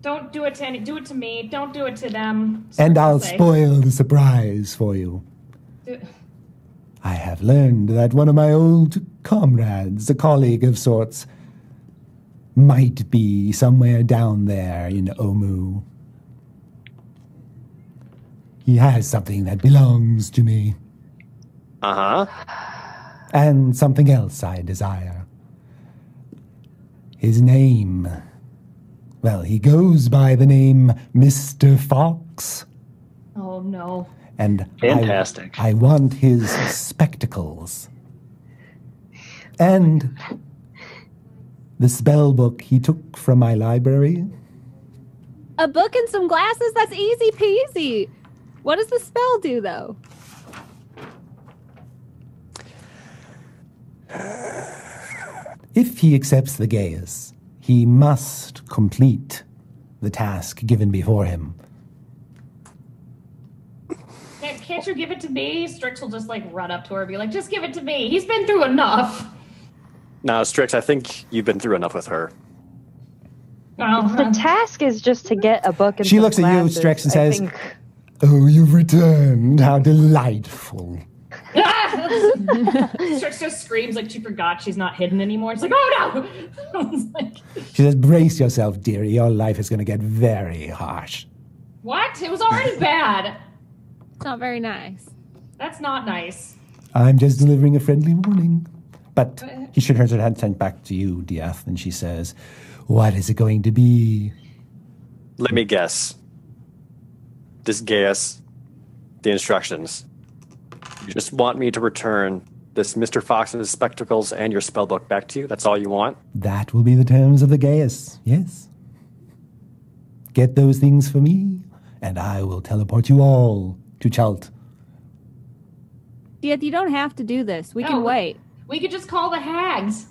Don't do it to any. Do it to me. Don't do it to them.
And I'll
Say.
spoil the surprise for you.
Do-
I have learned that one of my old comrades, a colleague of sorts, might be somewhere down there in Omu. He has something that belongs to me,
Uh huh.
and something else I desire. His name. Well, he goes by the name Mr. Fox,
Oh no.
and I-
Fantastic.
I want his spectacles. And the spell book he took from my library.
A book and some glasses? That's easy peasy. What does the spell do, though?
If he accepts the Gaius, he must complete the task given before him.
Can't, can't you give it to me? Strix will just like run up to her and be like, "Just give it to me. He's been through enough."
Now, Strix, I think you've been through enough with her.
The
Well, *laughs*
task is just to get a book. And
She
some
looks at you, Strix, and
glasses, I
says-
think.
Oh, you've returned. How delightful.
Strix just screams like she forgot she's not hidden anymore. It's like, "Oh no!" *laughs* I was like,
She says, Brace yourself, dearie. Your life is going to get very harsh.
"What? It was already bad."
It's not very nice.
That's not nice.
I'm just delivering a friendly warning. But he should turns her head sent back to you, DF, and she says, What is it going to be?
Let me guess. This gas, the instructions. You just want me to return this Mr. Fox's spectacles and your spellbook back to you. That's all you want.
That will be the terms of the Gaius, yes. Get those things for me, and I will teleport you all to Chalt.
Dieth, you don't have to do this. We
No.
can wait.
We could just call the hags.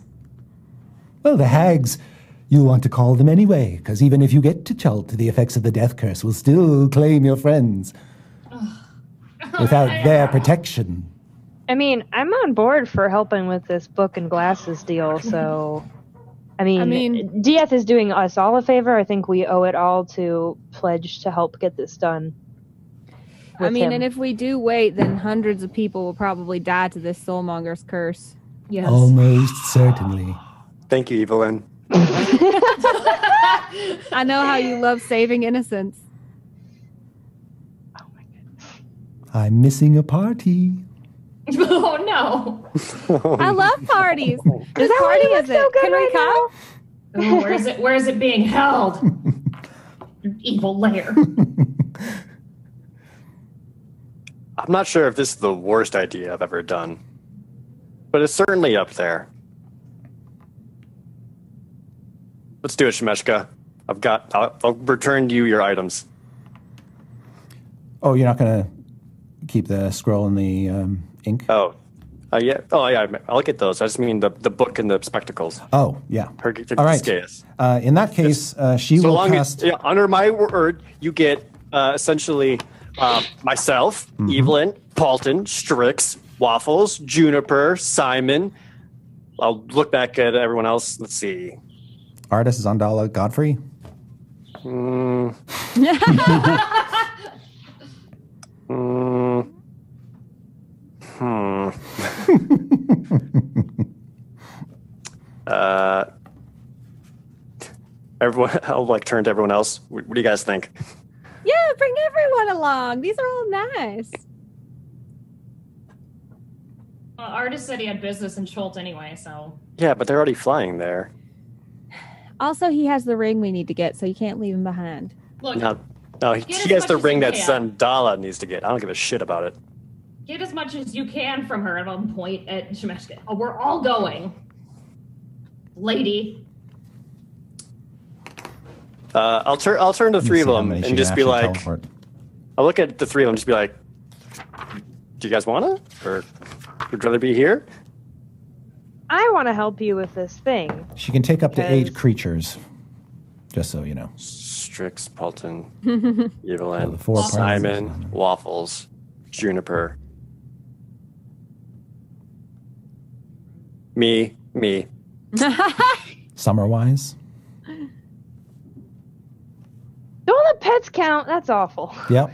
Well, the hags, you want to call them anyway, because even if you get to Chalt, the effects of the death curse will still claim your friends without their protection.
I mean, I'm on board for helping with this book and glasses deal, so I mean,
I
I
mean-
mean DF is doing us all a favor. I think we owe it all to pledge to help get this done.
I
with
mean,
him.
and if we do wait, then hundreds of people will probably die to this soulmonger's curse.
Yes.
Almost certainly.
Thank you, Evelyn.
I know how you love saving
*laughs*
innocence.
I'm missing a party.
*laughs* oh no.
I love parties. This party
look
is
so
it?
good
Can we
right
come?
Ooh, Oh, where is it? Where is it being held? Your evil lair.
I'm not sure if this is the worst idea I've ever done, but it's certainly up there. Let's do it, Shemeshka. I've got. I'll, I'll return you your items.
Oh, you're not going to keep the scroll and the um, ink?
Oh, uh, yeah. Oh, yeah. I'll get those. I just mean the, the book and the spectacles.
Oh, yeah.
Her, her,
All right.
Discus.
Uh, in that case, uh, she
So
will
long
cast.
as yeah, under my word, you get uh, essentially uh, myself, Evelyn, Paulton, Strix, Waffles, Juniper, Simon. I'll look back at everyone else. Let's see.
Artist Zandala Godfrey.
Mm. Mm. Hmm. uh, everyone, *laughs* I'll like turn to everyone else. What, what do you guys think?
Yeah, bring everyone along. These are all nice.
Well, Artist Uh, said he had business in Schultz anyway, so
Yeah, but they're already flying there.
Also, he has the ring we need to get, so you can't leave him behind. *laughs*
look,
No, no, he,
Get
he
as
has the
much as
ring
you
that
can.
Sandala needs to get. I don't give a shit about it.
get as much as you can from her. And I'll point at Shemeshka. Oh, we're all going, lady.
Uh, I'll turn. I'll turn to three of
See how
them
many she can
and just be
actually
like,
teleport.
I'll look at the three of them, just be like, "Do you guys wanna, or would rather be here?"
I want to help you with this thing.
She can take up to eight
Because-
creatures. Just so you know.
*laughs*
Strix, Paulton, Evelyn,
The four parties.
Simon, Waffles, Juniper, me, me.
Summerwise.
Don't let pets count. That's awful. *laughs*
Yep.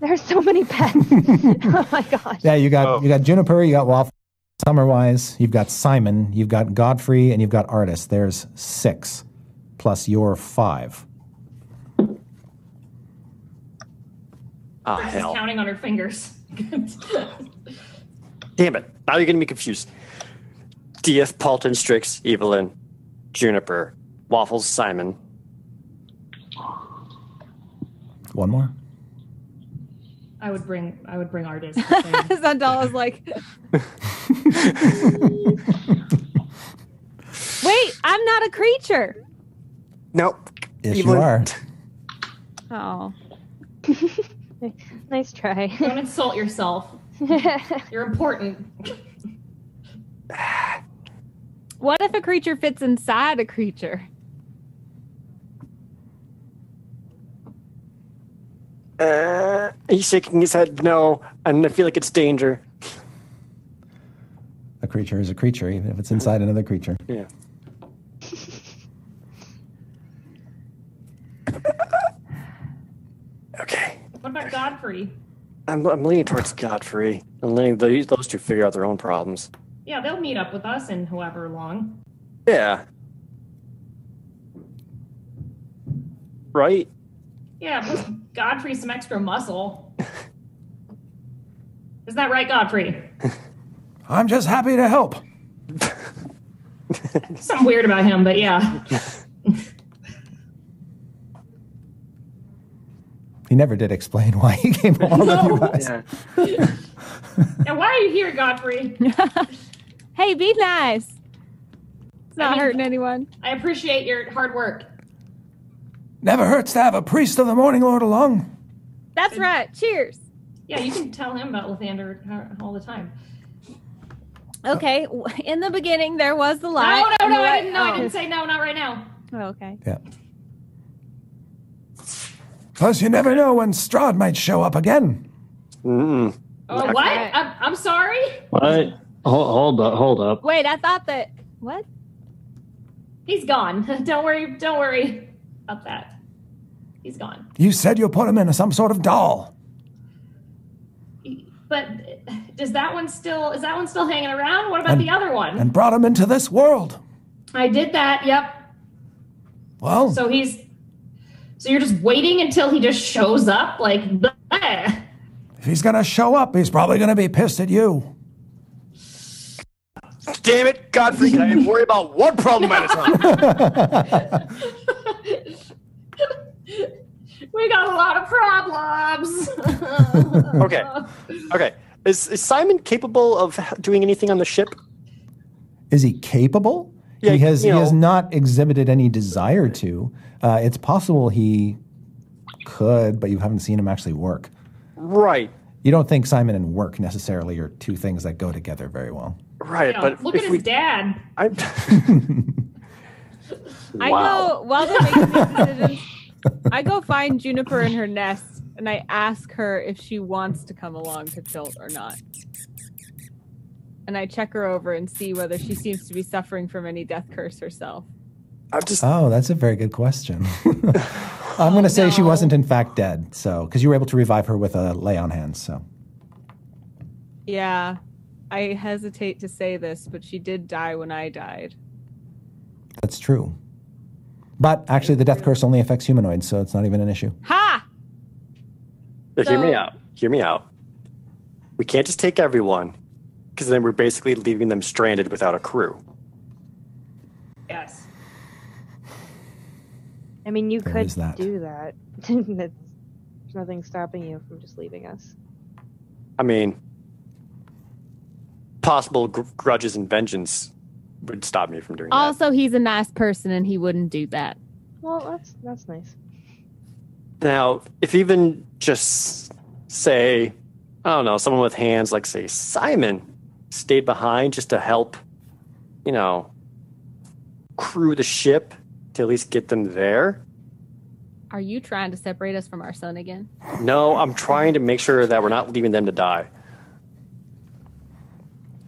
There's so many pets. *laughs* oh my gosh.
Yeah, you got
Oh.
you got Juniper, you got Waffle, Summerwise, you've got Simon, you've got Godfrey, and you've got Artist. There's six, plus your five.
Ah,
She's
hell.
counting on her fingers. *laughs*
Damn it. Now you're getting me confused. DF Paulton Strix, Evelyn, Juniper, Waffles, Simon.
One more.
I would bring. I would bring artists.
Zandala's
*laughs*
like, wait, I'm not a creature.
Nope.
Yes, you
Evelyn.
are.
Oh,
Nice try. *laughs*
Don't insult yourself. You're important.
what if a creature fits inside a creature?
Uh, he's shaking his head no, and I feel like it's danger.
A creature is a creature, even if it's inside another creature.
Yeah. okay.
What about Godfrey?
I'm, I'm leaning towards Godfrey. I'm letting those, those two figure out their own problems.
Yeah, they'll meet up with us in however long.
Yeah. Right?
Yeah, give Godfrey some extra muscle. Isn't that right, Godfrey?
I'm just happy to help.
Something weird about him, but yeah.
He never did explain why he came along with you guys.
Now, why are you here, Godfrey?
Hey, be nice. It's not
mean-
hurting anyone.
I appreciate your hard work.
Never hurts to have a priest of the Morning Lord along.
That's right. Cheers.
Yeah, you can tell him about Lathander all the time.
Okay. w- In the beginning, there was the light.
No, no,
and
no,
the
I
light-
didn't know. I
oh.
didn't say no, not right now.
*laughs* Oh, okay.
Yeah. Plus, you never know when Strahd might show up again.
Mm-mm.
Oh, what?
Right.
I'm, I'm sorry?
What? Hold, hold up, hold up.
Wait, I thought that. What?
He's gone. *laughs* don't worry. Don't worry about that. He's gone.
You said you put him in some sort of doll.
He- But does that one still is that one still hanging around? What about
And-
the other one?
and brought him into this world.
I did that. Yep.
Well,
So he's so you're just waiting until he just shows up like bleh.
if he's going to show up, he's probably going to be pissed at you.
Damn it, Godfrey! I worry about one problem at a time.
we got a lot of *laughs* problems.
Okay, okay. Is, is Simon capable of doing anything on the ship?
Is he capable?
Yeah,
he has
you
he has
know.
not exhibited any desire to. Uh, it's possible he could, but you haven't seen him actually work.
Right,
You don't think Simon and work necessarily are two things that go together very well.
right.
Yeah,
but
look
if
at his
we,
dad.
I'm, *laughs*
I go Waldo makes decisions. I go find Juniper in her nest, and I ask her if she wants to come along to tilt or not. And I check her over and see whether she seems to be suffering from any death curse herself.
I'm just
Oh, that's a very good question. *laughs* I'm going to say she
no.
wasn't in fact dead, so because you were able to revive her with a lay on hands. So
Yeah, I hesitate to say this, but she did die when I died.
that's true. But actually, the death curse only affects humanoids, so it's not even an issue.
Ha!
hear me
So-
out. Hear me out. We can't just take everyone, because then we're basically leaving them stranded without a crew.
Yes.
I mean, you
There
could
is that.
do that. *laughs* That's- There's nothing stopping you from just leaving us.
I mean, possible gr- grudges and vengeance would stop me from doing
Also, he's a nice person, and he wouldn't do that.
Well, that's that's nice.
that. Now, if even just say, I don't know, someone with hands, like say Simon, stayed behind just to help, you know, crew the ship to at least get them there.
Are you trying to separate us from our son again?
No, I'm trying to make sure that we're not leaving them to die.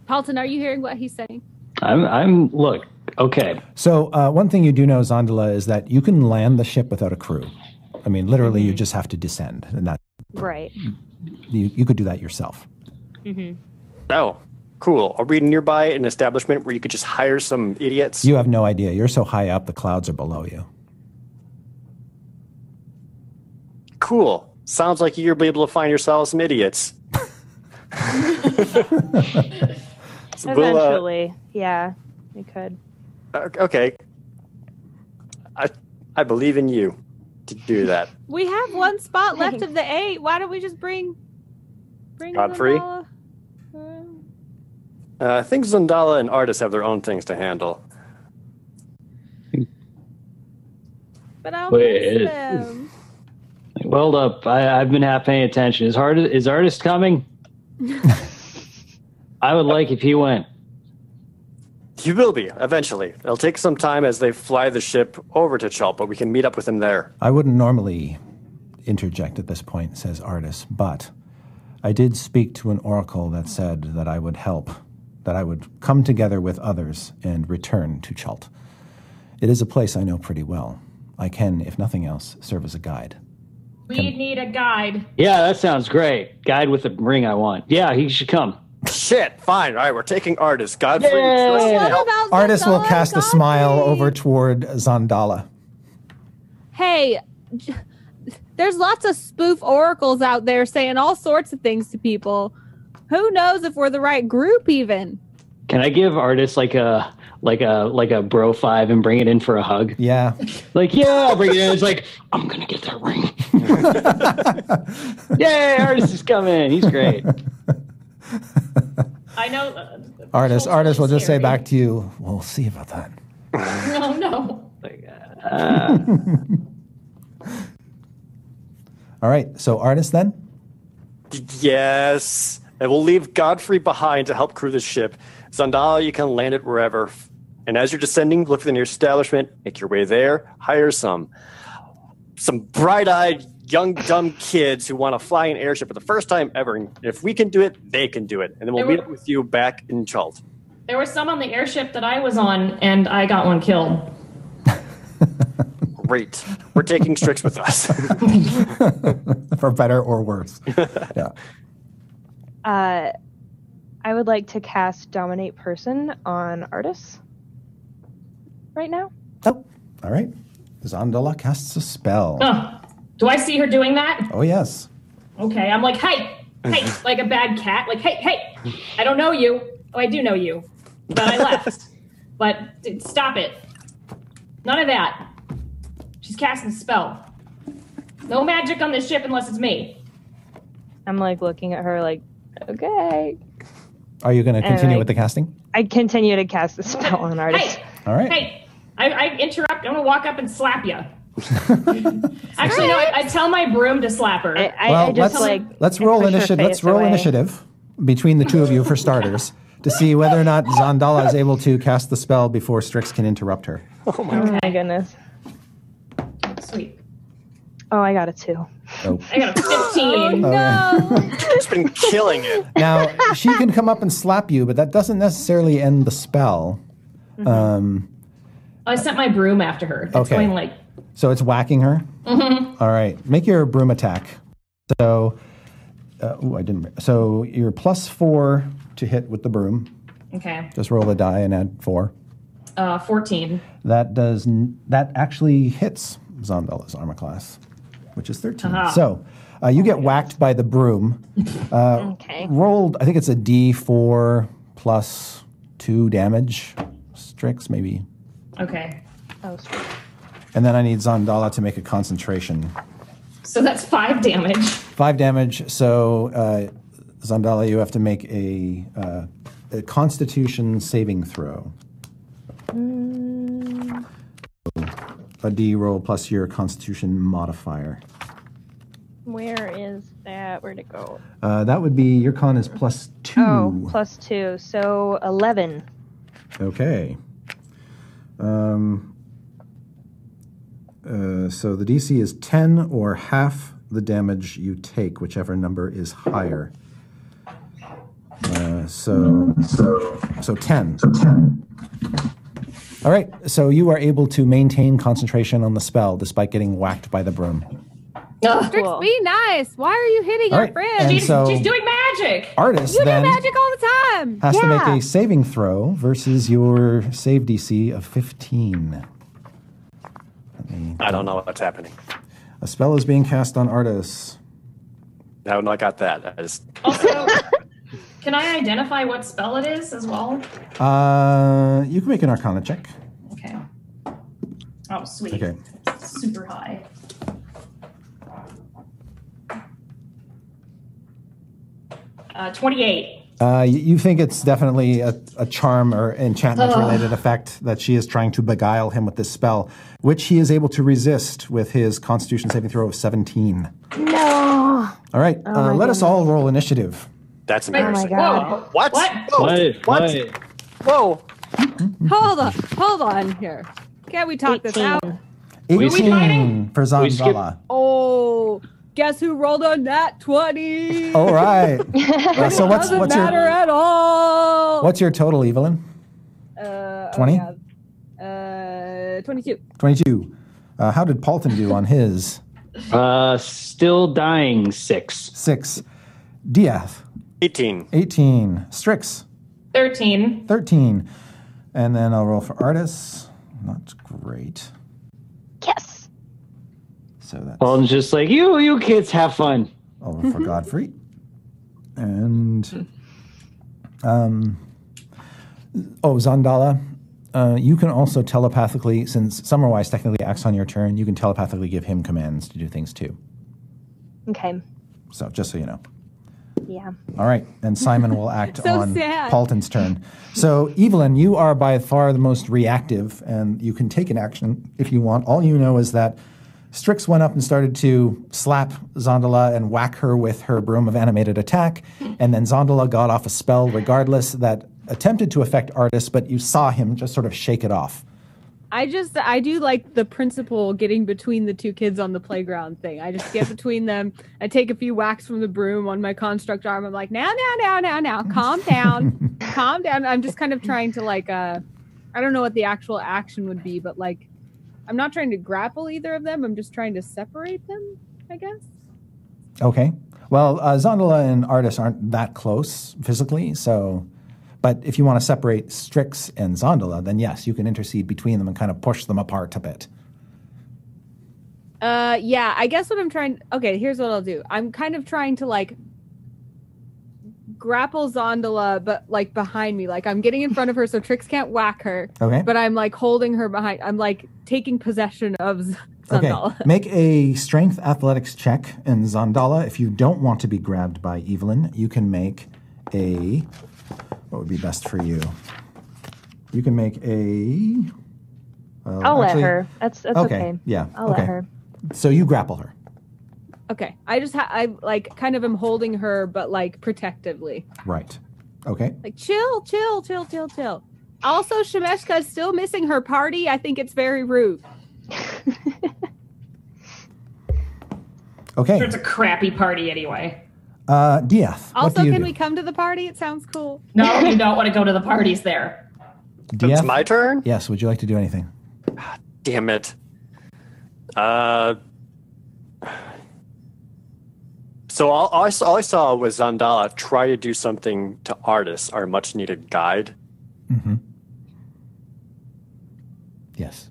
Paulton, are you hearing what he's saying?
I'm, I'm. Look, okay.
So uh, one thing you do know, Zandala, is that you can land the ship without a crew. I mean, literally, you just have to descend, and that
Right.
you, you could do that yourself.
Oh, cool. Are we nearby an establishment where you could just hire some idiots?
You have no idea. You're so high up, the clouds are below you.
cool. Sounds like you'll be able to find yourself some idiots. *laughs* So we'll, uh,
Eventually, yeah, we could.
o- okay. I I believe in you to do that.
We have one spot left of the eight. Why don't we just bring bring
Godfrey?
Lunala? Uh,
Uh, I think Zundala and artists have their own things to handle.
But I'll
Wait,
miss
it-
them.
Well up. I, I've been half paying attention. Is hard? Is artist coming? I would like if he went.
You will be eventually. It'll take some time as they fly the ship over to Chal, but we can meet up with them there.
I wouldn't normally interject at this point, says Artis, but I did speak to an oracle that said that I would help, that I would come together with others and return to Chult. It is a place I know pretty well. I can, if nothing else, serve as a guide.
We need a guide.
Yeah, that sounds great. Guide with the ring I want. Yeah, he should come.
Shit. Fine. All right. We're taking artists. Godfrey.
Yay.
let's
Well,
What
help.
about
Artis will
Zandala
cast a
and
smile
Godfrey?
over toward Zandala.
Hey, j- there's lots of spoof oracles out there saying all sorts of things to people.
Who knows if we're the right group, even?
Can I give artists like a like a like a bro five and bring it in for a hug?
Yeah.
Like, yeah, I'll bring it in. It's like, I'm gonna get that
*laughs*
ring. Yay, artist is coming. He's great.
I know. Uh,
Artist,
culturally
artist will just say
scary.
back to you, we'll see about
*laughs*
that.
Oh,
No, no.
*laughs* All right. So, artist then? *laughs*
Yes. And we'll leave Godfrey behind to help crew the ship. Zandala, you can land it wherever. And as you're descending, look within your establishment, make your way there, hire some some bright-eyed young dumb kids who want to fly an airship for the first time ever. And if we can do it, they can do it. And then we'll
They were-
meet up with you back in Chult.
There were some on the airship that I was on, and I got one killed.
Great. We're taking Strix with us. *laughs*
For better or worse. yeah.
Uh, I would like to cast Dominate Person on Artis right now.
Oh, all right. Zandala casts a spell.
Oh.
Ugh. Do I see her doing that?
Oh, yes.
Okay, I'm like, hey, hey, like a bad cat. Like, hey, hey, I don't know you. Oh, I do know you, but I left. but d- stop it. None of that. She's casting a spell. No magic on this ship unless it's me.
I'm like looking at her like, okay.
Are you going to continue
right.
with the casting?
I continue to cast the spell on Artis.
Hey,
All right.
hey, I, I interrupt. I'm gonna walk up and slap you. Actually, no, I, I tell my broom to slap her.
I, I,
well,
I just
let's,
like
let's roll
push her
initiative. Let's
face
roll
away.
initiative between the two of you for starters to see whether or not Zandala is able to cast the spell before Strix can interrupt her.
Oh my goodness.
Sweet.
Oh, I got a two.
I got a 15.
Oh,
No.
it's been killing it.
Now she can come up and slap you, but that doesn't necessarily end the spell. Um,
I sent my broom after her. It's
Okay.
going like,
so it's whacking her. All right, make your broom attack. So, uh, ooh, I didn't. So you're plus four to hit with the broom.
okay,
Just roll a die and add four.
uh, 14.
That does n- that actually hits Zondala's armor class, which is 13
Aha.
So uh, you get whacked by the broom.
Okay.
Rolled, I think it's a D4 plus two damage, Strix maybe,
Okay.
Oh, sweet.
and then I need Zondala to make a concentration.
So that's five damage.
Five damage. So uh, Zondala, you have to make a, uh, a Constitution saving throw. A D roll plus your Constitution modifier.
Where is that? Where'd it go?
Uh, that would be your con is plus two.
Oh, plus two. So 11.
Okay. Um, uh, so the DC is 10 or half the damage you take, whichever number is higher. Uh, so, so, so 10. All right, so you are able to maintain concentration on the spell despite getting whacked by the broom.
Ugh.
*laughs*
Cool.
Be nice. Why are you hitting
All
your
right,
friend?
and
She's,
so-
she's doing magic.
Artist
You do
then
magic all the time.
has to make
Yeah.
a saving throw versus your save DC of 15.
I don't know what's happening.
A spell is being cast on Artis.
I don't know I got that. I just,
Also, *laughs* can I identify what spell it is as well?
Uh, you can make an Arcana check.
Okay. Oh, sweet.
Okay.
Super high. Uh, 28.
Uh, y- you think it's definitely a, a charm or enchantment
Oh.
related effect that she is trying to beguile him with this spell, which he is able to resist with his Constitution saving throw of 17.
No.
All right,
Oh
uh, let us all roll initiative.
that's
Right.
Oh
embarrassing.
Whoa.
What?
What?
*laughs*
Whoa.
What?
What?
What?
Whoa.
Um,
Hold on. Hold on here. Can we talk this
18.
out?
fighting?
18 for
We skip-
Zanvala.
Oh, guess who rolled on that 20?
All right.
*laughs*
Uh, so what's
Doesn't
Oh, what's
matter
your
at all.
what's your total, Evelyn?
Uh, oh,
20?
yeah. Uh, 22.
22. Uh, how did Paulton do on his?
Uh, still dying six.
Six. Diath,
18.
18. Strix,
13.
13. And then I'll roll for artists. Not great.
Yes.
So that's
Paul's just like, you, you kids have fun.
I'll roll for Godfrey. And Um, oh, Zandala, uh, you can also telepathically, since Summerwise technically acts on your turn, you can telepathically give him commands to do things too.
Okay.
So just so you know.
Yeah.
All right, and Simon will act
*laughs* So
on
sad.
Paulton's turn. So, Evelyn, you are by far the most reactive, and you can take an action if you want. All you know is that Strix went up and started to slap Zondala and whack her with her broom of animated attack, and then Zondala got off a spell regardless that attempted to affect Artis, but you saw him just sort of shake it off.
I just I do like the principle getting between the two kids on the playground thing.
*laughs*
I just get between them. I take a few whacks from the broom on my construct arm. I'm like, now, now, now, now, now,
*laughs*
calm down, calm down. I'm just kind of trying to like, uh, I don't know what the actual action would be, but like, I'm not trying to grapple either of them. I'm just trying to separate them. I guess.
Okay. Well, uh, Zondala and Artis aren't that close physically, so. But if you want to separate Strix and Zondala, then yes, you can intercede between them and kind of push them apart a bit.
Uh, yeah, I guess what I'm trying. Okay, here's what I'll do. I'm kind of trying to like grapple Zondola, but like behind me. Like I'm getting in front of her, so Trix can't whack her.
Okay.
But I'm like holding her behind. I'm like taking possession of Z-
Okay.
Zondola.
Make a strength athletics check, and Zandala, if you don't want to be grabbed by Evelyn, you can make a. What would be best for you? You can make a. well,
I'll
actually-
let her. That's that's okay.
Yeah.
I'll
okay.
let her.
So you grapple her.
*laughs* Okay. I just ha- I like kind of am holding her, but like protectively.
Right. Okay.
Like chill, chill, chill, chill, chill. Also, Shemeshka is still missing her party. I think it's very rude.
Okay.
Sure, it's a crappy party anyway.
Uh, Dieth. what
Also,
do you
can
do?
we come to the party? It sounds cool.
No, you don't want to go to the parties there.
It's
Dieth?
my turn?
Yes. Would you like to do anything?
Damn it. Uh, so all, all, I saw, all I saw was Zandala try to do something to Artis, our much needed guide.
Mm-hmm. Yes.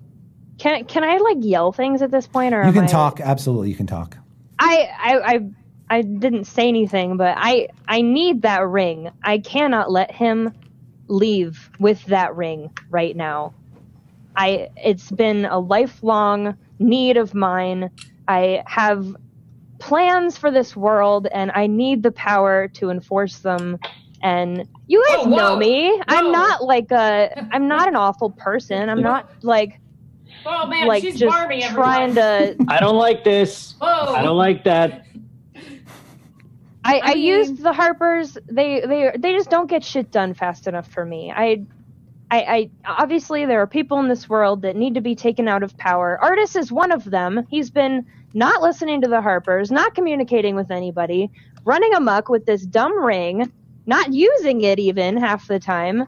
Can can I like yell things at this point, or
You
am
can
I-
talk. Absolutely, you can talk.
I, I I I didn't say anything, but I I need that ring. I cannot let him leave with that ring right now. I it's been a lifelong need of mine. I have plans for this world and I need the power to enforce them. And you guys
Oh, Whoa, whoa,
know me.
whoa.
I'm not like a I'm not an awful person. I'm not like
Oh man,
like
she's
just
Barbie. everyone. *laughs*
trying to
I don't like this.
Whoa.
I don't like that.
I, I,
I
used the Harpers. They they they just don't get shit done fast enough for me. I, I, I obviously there are people in this world that need to be taken out of power. Artis is one of them. He's been not listening to the Harpers, not communicating with anybody, running amok with this dumb ring, not using it even half the time.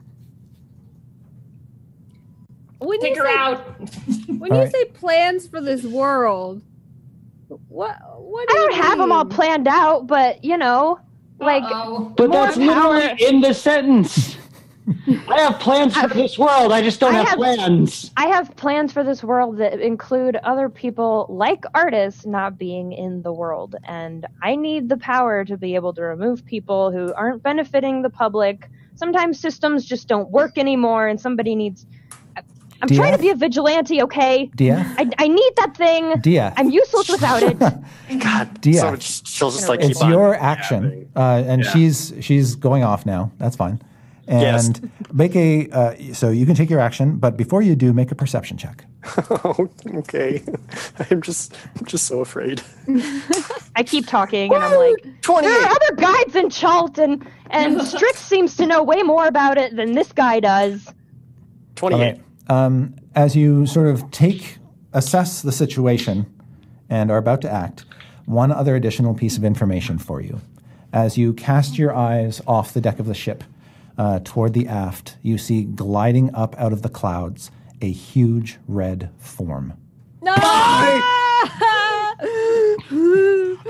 When
Take
you
her
say
out.
When
All
you
right.
say plans for this world, what what
I
do you
don't have them all
mean?
planned out, but you know, like
oh
But
More
that's literally in the sentence. I have plans for this world. I just don't
I
have,
have-
plans.
I have plans for this world that include other people like artists not being in the world. And I need the power to be able to remove people who aren't benefiting the public. Sometimes systems just don't work anymore, and somebody needs. I'm
Do you
trying
have-
to be a vigilante, okay?
Dieth.
I, I need that thing.
Dieth.
I'm useless without it.
God,
Dia.
so sh- she'll just like
it's
keep on *laughs*
your action,
yapping.
uh, and she's she's going off now. That's fine. And
Yes.
make a uh, so you can take your action, but before you do, make a perception check.
okay, *laughs* I'm just, I'm just so afraid.
I keep talking, and I'm like, there are
Twenty-eight.
other guides in Chalt, and, and Strix seems to know way more about it than this guy does.
Twenty-eight.
Um, as you sort of take assess the situation and are about to act, one other additional piece of information for you. As you cast your eyes off the deck of the ship uh, toward the aft, you see gliding up out of the clouds a huge red form.
No. *laughs* Ah!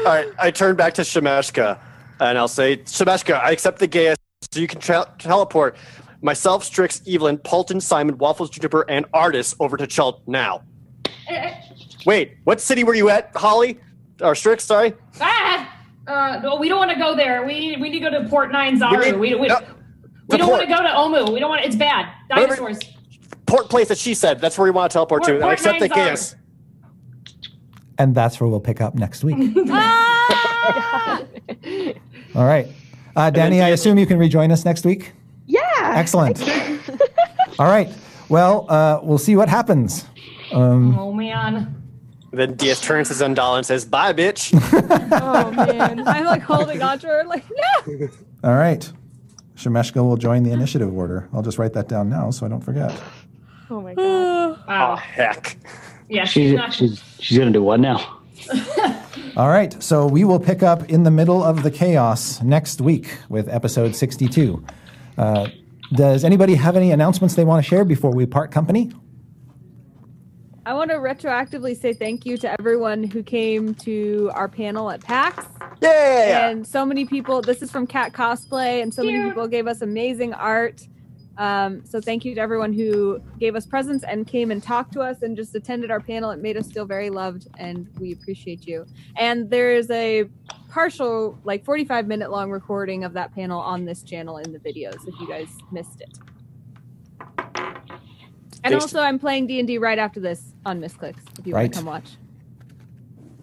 All right, I turn back to Shemeshka, and I'll say, Shemeshka, I accept the gayest, so you can tra- teleport myself, Strix, Evelyn, Polton, Simon, Waffles, Juniper, and Artis over to Chult now. Wait, what city were you at, Holly? Or Strix, sorry?
ah. Uh, no, we don't want to go there. We we need to go to Port Nine Zaru.
need-
We, we,
no.
We don't want to go
Report.
to Omu. We don't want. It's bad.
Whatever-
Dinosaurs.
Port place that she said. That's where we want to teleport
Port-
to. And I
Port
accept the
Nine's
chaos.
And that's where we'll pick up next week.
Ah!
All right. Uh, Danny, I assume you can rejoin us next week?
Yeah. *laughs*
Excellent. All right. Well, uh, we'll see what happens. Um,
Oh man.
Then DS turns to Zendala and says, "Bye, bitch."
Oh man, I'm like holding on to her, like *laughs* no.
all right. Shemeshka will join the initiative order. I'll just write that down now so I don't forget.
Oh my god.
oh
Wow.
heck.
Yeah, she's,
She's
not.
she's she's gonna do what now?
All right. So we will pick up in the middle of the chaos next week with episode 62. Uh, does anybody have any announcements they want to share before we part company?
I want to retroactively say thank you to everyone who came to our panel at PAX.
Yeah.
And so many people, this is from Cat Cosplay, and so many
Cute.
people gave us amazing art. Um, so thank you to everyone who gave us presents and came and talked to us and just attended our panel. It made us feel very loved, and we appreciate you. And there is a partial, like 45 minute long recording of that panel on this channel in the videos if you guys missed it. And
Thanks.
also, I'm playing D and D right after this on Misclicks. If you
Right.
want to come watch,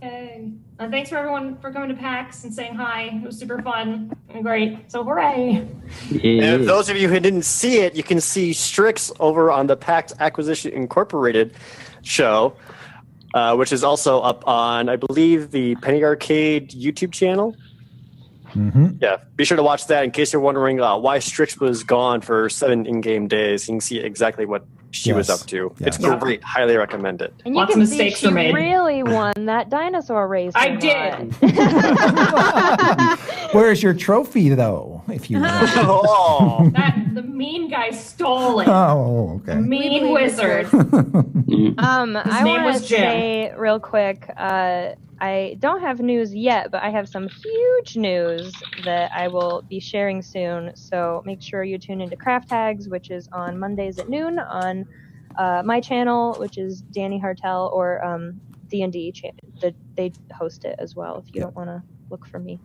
Yay. Uh, thanks for everyone for coming to PAX and saying hi. It was super fun and great. So hooray!
Yeah.
And if those of you who didn't see it, you can see Strix over on the Pax Acquisition Incorporated show, uh, which is also up on, I believe, the Penny Arcade YouTube channel.
Mm-hmm.
Yeah, be sure to watch that in case you're wondering uh, why Strix was gone for seven in-game days. You can see exactly what she was
Yes.
up to.
Yes.
It's great. Highly recommend it.
And you
Lots of
can see
mistakes
she
were made.
really won that dinosaur race.
I
or
did.
not.
Where's your trophy, though? If you want.
*laughs* oh,
That the mean guy stole it.
oh, okay.
mean wizard. *laughs*
*laughs*
um, I
name
want to
was Jim.
say real quick. Uh, I don't have news yet, but I have some huge news that I will be sharing soon. So make sure you tune into Craft Tags, which is on Mondays at noon on uh, my channel, which is Danny Hartel or um, D and D. They host it as well. If you don't want to look for me.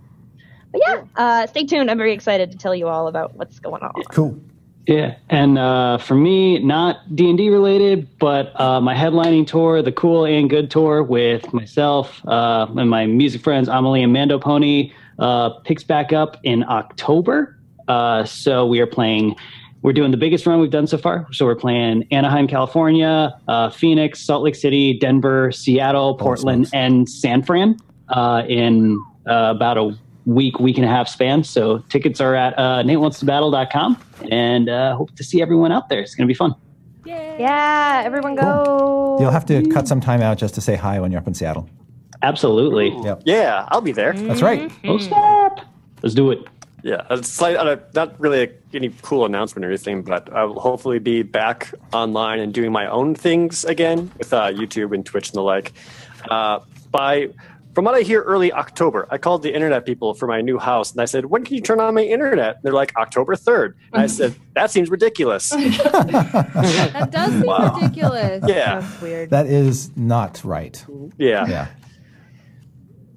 But yeah, uh, stay tuned. I'm very excited to tell you all about what's going on.
Cool.
Yeah, and uh, for me, not D and D related, but uh, my headlining tour, the Cool and Good tour, with myself uh, and my music friends Amelie and Mando Pony, uh, picks back up in October. Uh, so we are playing. We're doing the biggest run we've done so far. So we're playing Anaheim, California, uh, Phoenix, Salt Lake City, Denver, Seattle, Portland,
smokes.
and San Fran uh, in uh, about a week, week and a half span. So tickets are at uh, natewantstobattle.com and uh, hope to see everyone out there. It's going to be fun.
yay!
Yeah, everyone go.
You'll have to cut some time out just to say hi when you're up in Seattle.
Absolutely.
Yep.
yeah, I'll be there.
That's right.
Oh, snap. Let's do it.
Yeah, it's like uh, not really any cool announcement or anything, but I'll hopefully be back online and doing my own things again with uh, YouTube and Twitch and the like. Uh, by from what I hear, early October, I called the internet people for my new house and I said, "When can you turn on my internet?" And they're like, "October 3rd. And I said, "That seems ridiculous."
That does seem
Wow.
ridiculous.
yeah,
That's weird.
That is not right.
yeah.
Yeah.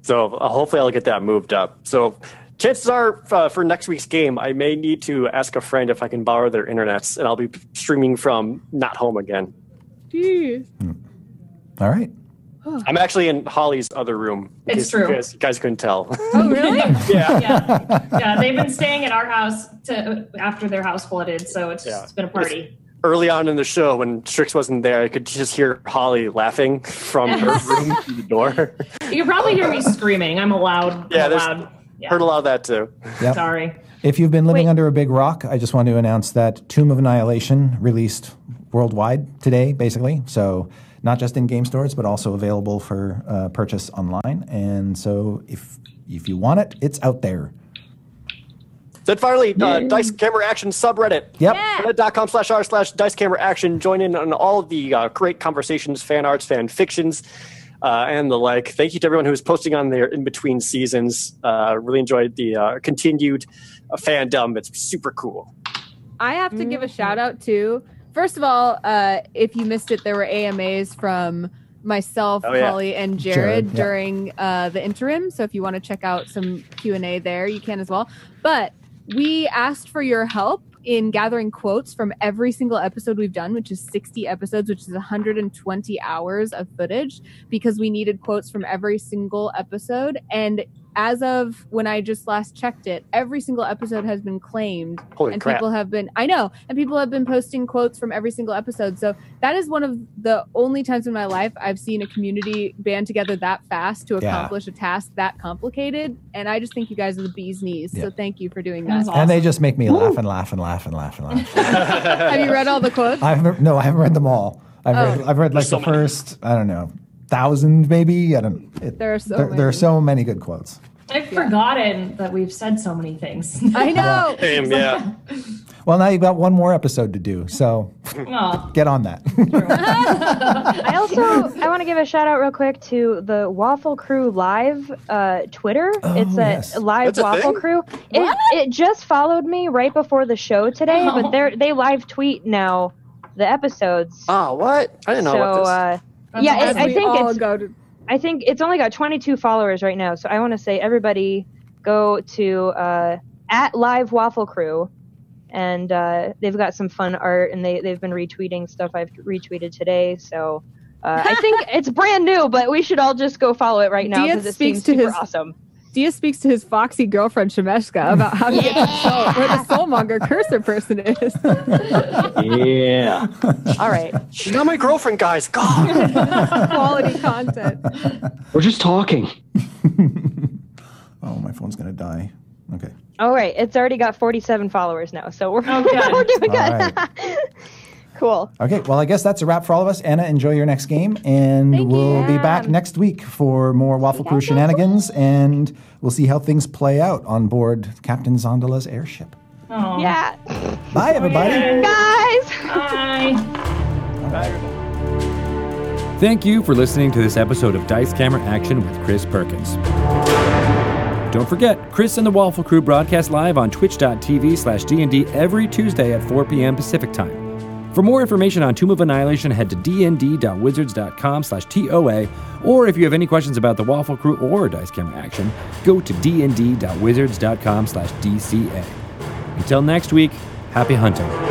So uh, hopefully I'll get that moved up. So chances are uh, for next week's game, I may need to ask a friend if I can borrow their internets, and I'll be streaming from not home again.
Jeez.
All right.
I'm actually in Holly's other room. in
It's
case you
true.
guys, you guys couldn't tell.
Oh really?
yeah.
yeah. yeah, they've been staying at our house to, after their house flooded, so it's
Yeah.
just been a party.
*laughs* Early on in the show, when Strix wasn't there, I could just hear Holly laughing from her room to the door.
You can probably hear me screaming. I'm allowed.
Yeah,
I'm
there's-
allowed. Yeah.
Heard a lot of that too.
Yep.
Sorry.
If you've been living
Wait.
under a big rock, I just want to announce that Tomb of Annihilation released worldwide today, basically. So, not just in game stores, but also available for uh, purchase online. And so, if if you want it, it's out there.
Then finally, uh, Dice Camera Action subreddit.
Yep.
Reddit.com slash r slash dice camera action. Join in on all the uh, great conversations, fan arts, fan fictions, uh, and the like. Thank you to everyone who's posting on their in between seasons. Uh, really enjoyed the uh, continued uh, fandom. It's super cool.
I have to give a shout out to. First of all, uh, if you missed it, there were AMAs from myself,
Oh, yeah.
Holly, and
Jared,
Jared,
yeah.
during uh, the interim. So if you want to check out some Q and A there, you can as well. But we asked for your help in gathering quotes from every single episode we've done, which is 60 episodes, which is 120 hours of footage, because we needed quotes from every single episode. And as of when I just last checked it, every single episode has been claimed.
Holy
and
crap.
people have been, I know, and people have been posting quotes from every single episode. So that is one of the only times in my life I've seen a community band together that fast to
Yeah.
accomplish a task that complicated. And I just think you guys are the bee's knees.
Yeah.
So thank you for doing
That was
that.
awesome.
And they just make me laugh and laugh and laugh and laugh and laugh. *laughs*
Have you read all the quotes?
I haven't, no, I haven't read them all. I've
Oh.
read, I've read like
There's so
the
many.
first, I don't know, thousand maybe. I don't. It,
There are so
there, there are
many.
so many good quotes.
I've forgotten that we've said so many things. *laughs*
I know.
Damn, yeah.
Well, now you've got one more episode to do, so
Aw.
get on that. *laughs*
I also I want to give a shout out real quick to the Waffle Crew Live uh, Twitter. it's a
Oh, yes.
live
That's a
Waffle
thing?
Crew. It, it just followed me right before the show today,
Oh.
but they are they live tweet now the episodes.
Oh, what? I didn't know
so
about this.
uh,
That's
yeah,
As
it,
awesome.
I
we
think
all
it's
go to
I think it's only got 22 followers right now. So I want to say everybody go to uh, at Live Waffle Crew, and uh, they've got some fun art, and they they've been retweeting stuff I've retweeted today. So. Uh,
*laughs*
I think it's brand new, but we should all just go follow it right now
Dia
because it
speaks
seems
to
super
his-
awesome.
Dia speaks to his foxy girlfriend Shemeska about how to get the soul, where the soulmonger cursor person
*laughs*
is.
Yeah.
*laughs*
All right,
She's not my girlfriend, guys. God.
Quality content.
We're just talking.
oh, my phone's gonna die. Okay.
all right. It's already got 47 followers now, so we're,
Oh, good.
*laughs* we're doing good.
All right.
*laughs* cool.
Okay. Well, I guess that's a wrap for all of us. Anna, enjoy your next game, and
Thank you.
we'll be back
Yeah.
next week for more Waffle Crew shenanigans, and we'll see how things play out on board Captain Zondala's airship.
Aw.
Yeah,
Bye, everybody.
guys.
Bye.
Thank you for listening to this episode of Dice Camera Action with Chris Perkins. Don't forget, Chris and the Waffle Crew broadcast live on twitch.tv slash DND every Tuesday at 4 p.m. Pacific Time. For more information on Tomb of Annihilation, head to dnd.wizards.com slash TOA, or if you have any questions about the Waffle Crew or Dice Camera Action, go to dnd.wizards.com slash DCA. Until next week, happy hunting.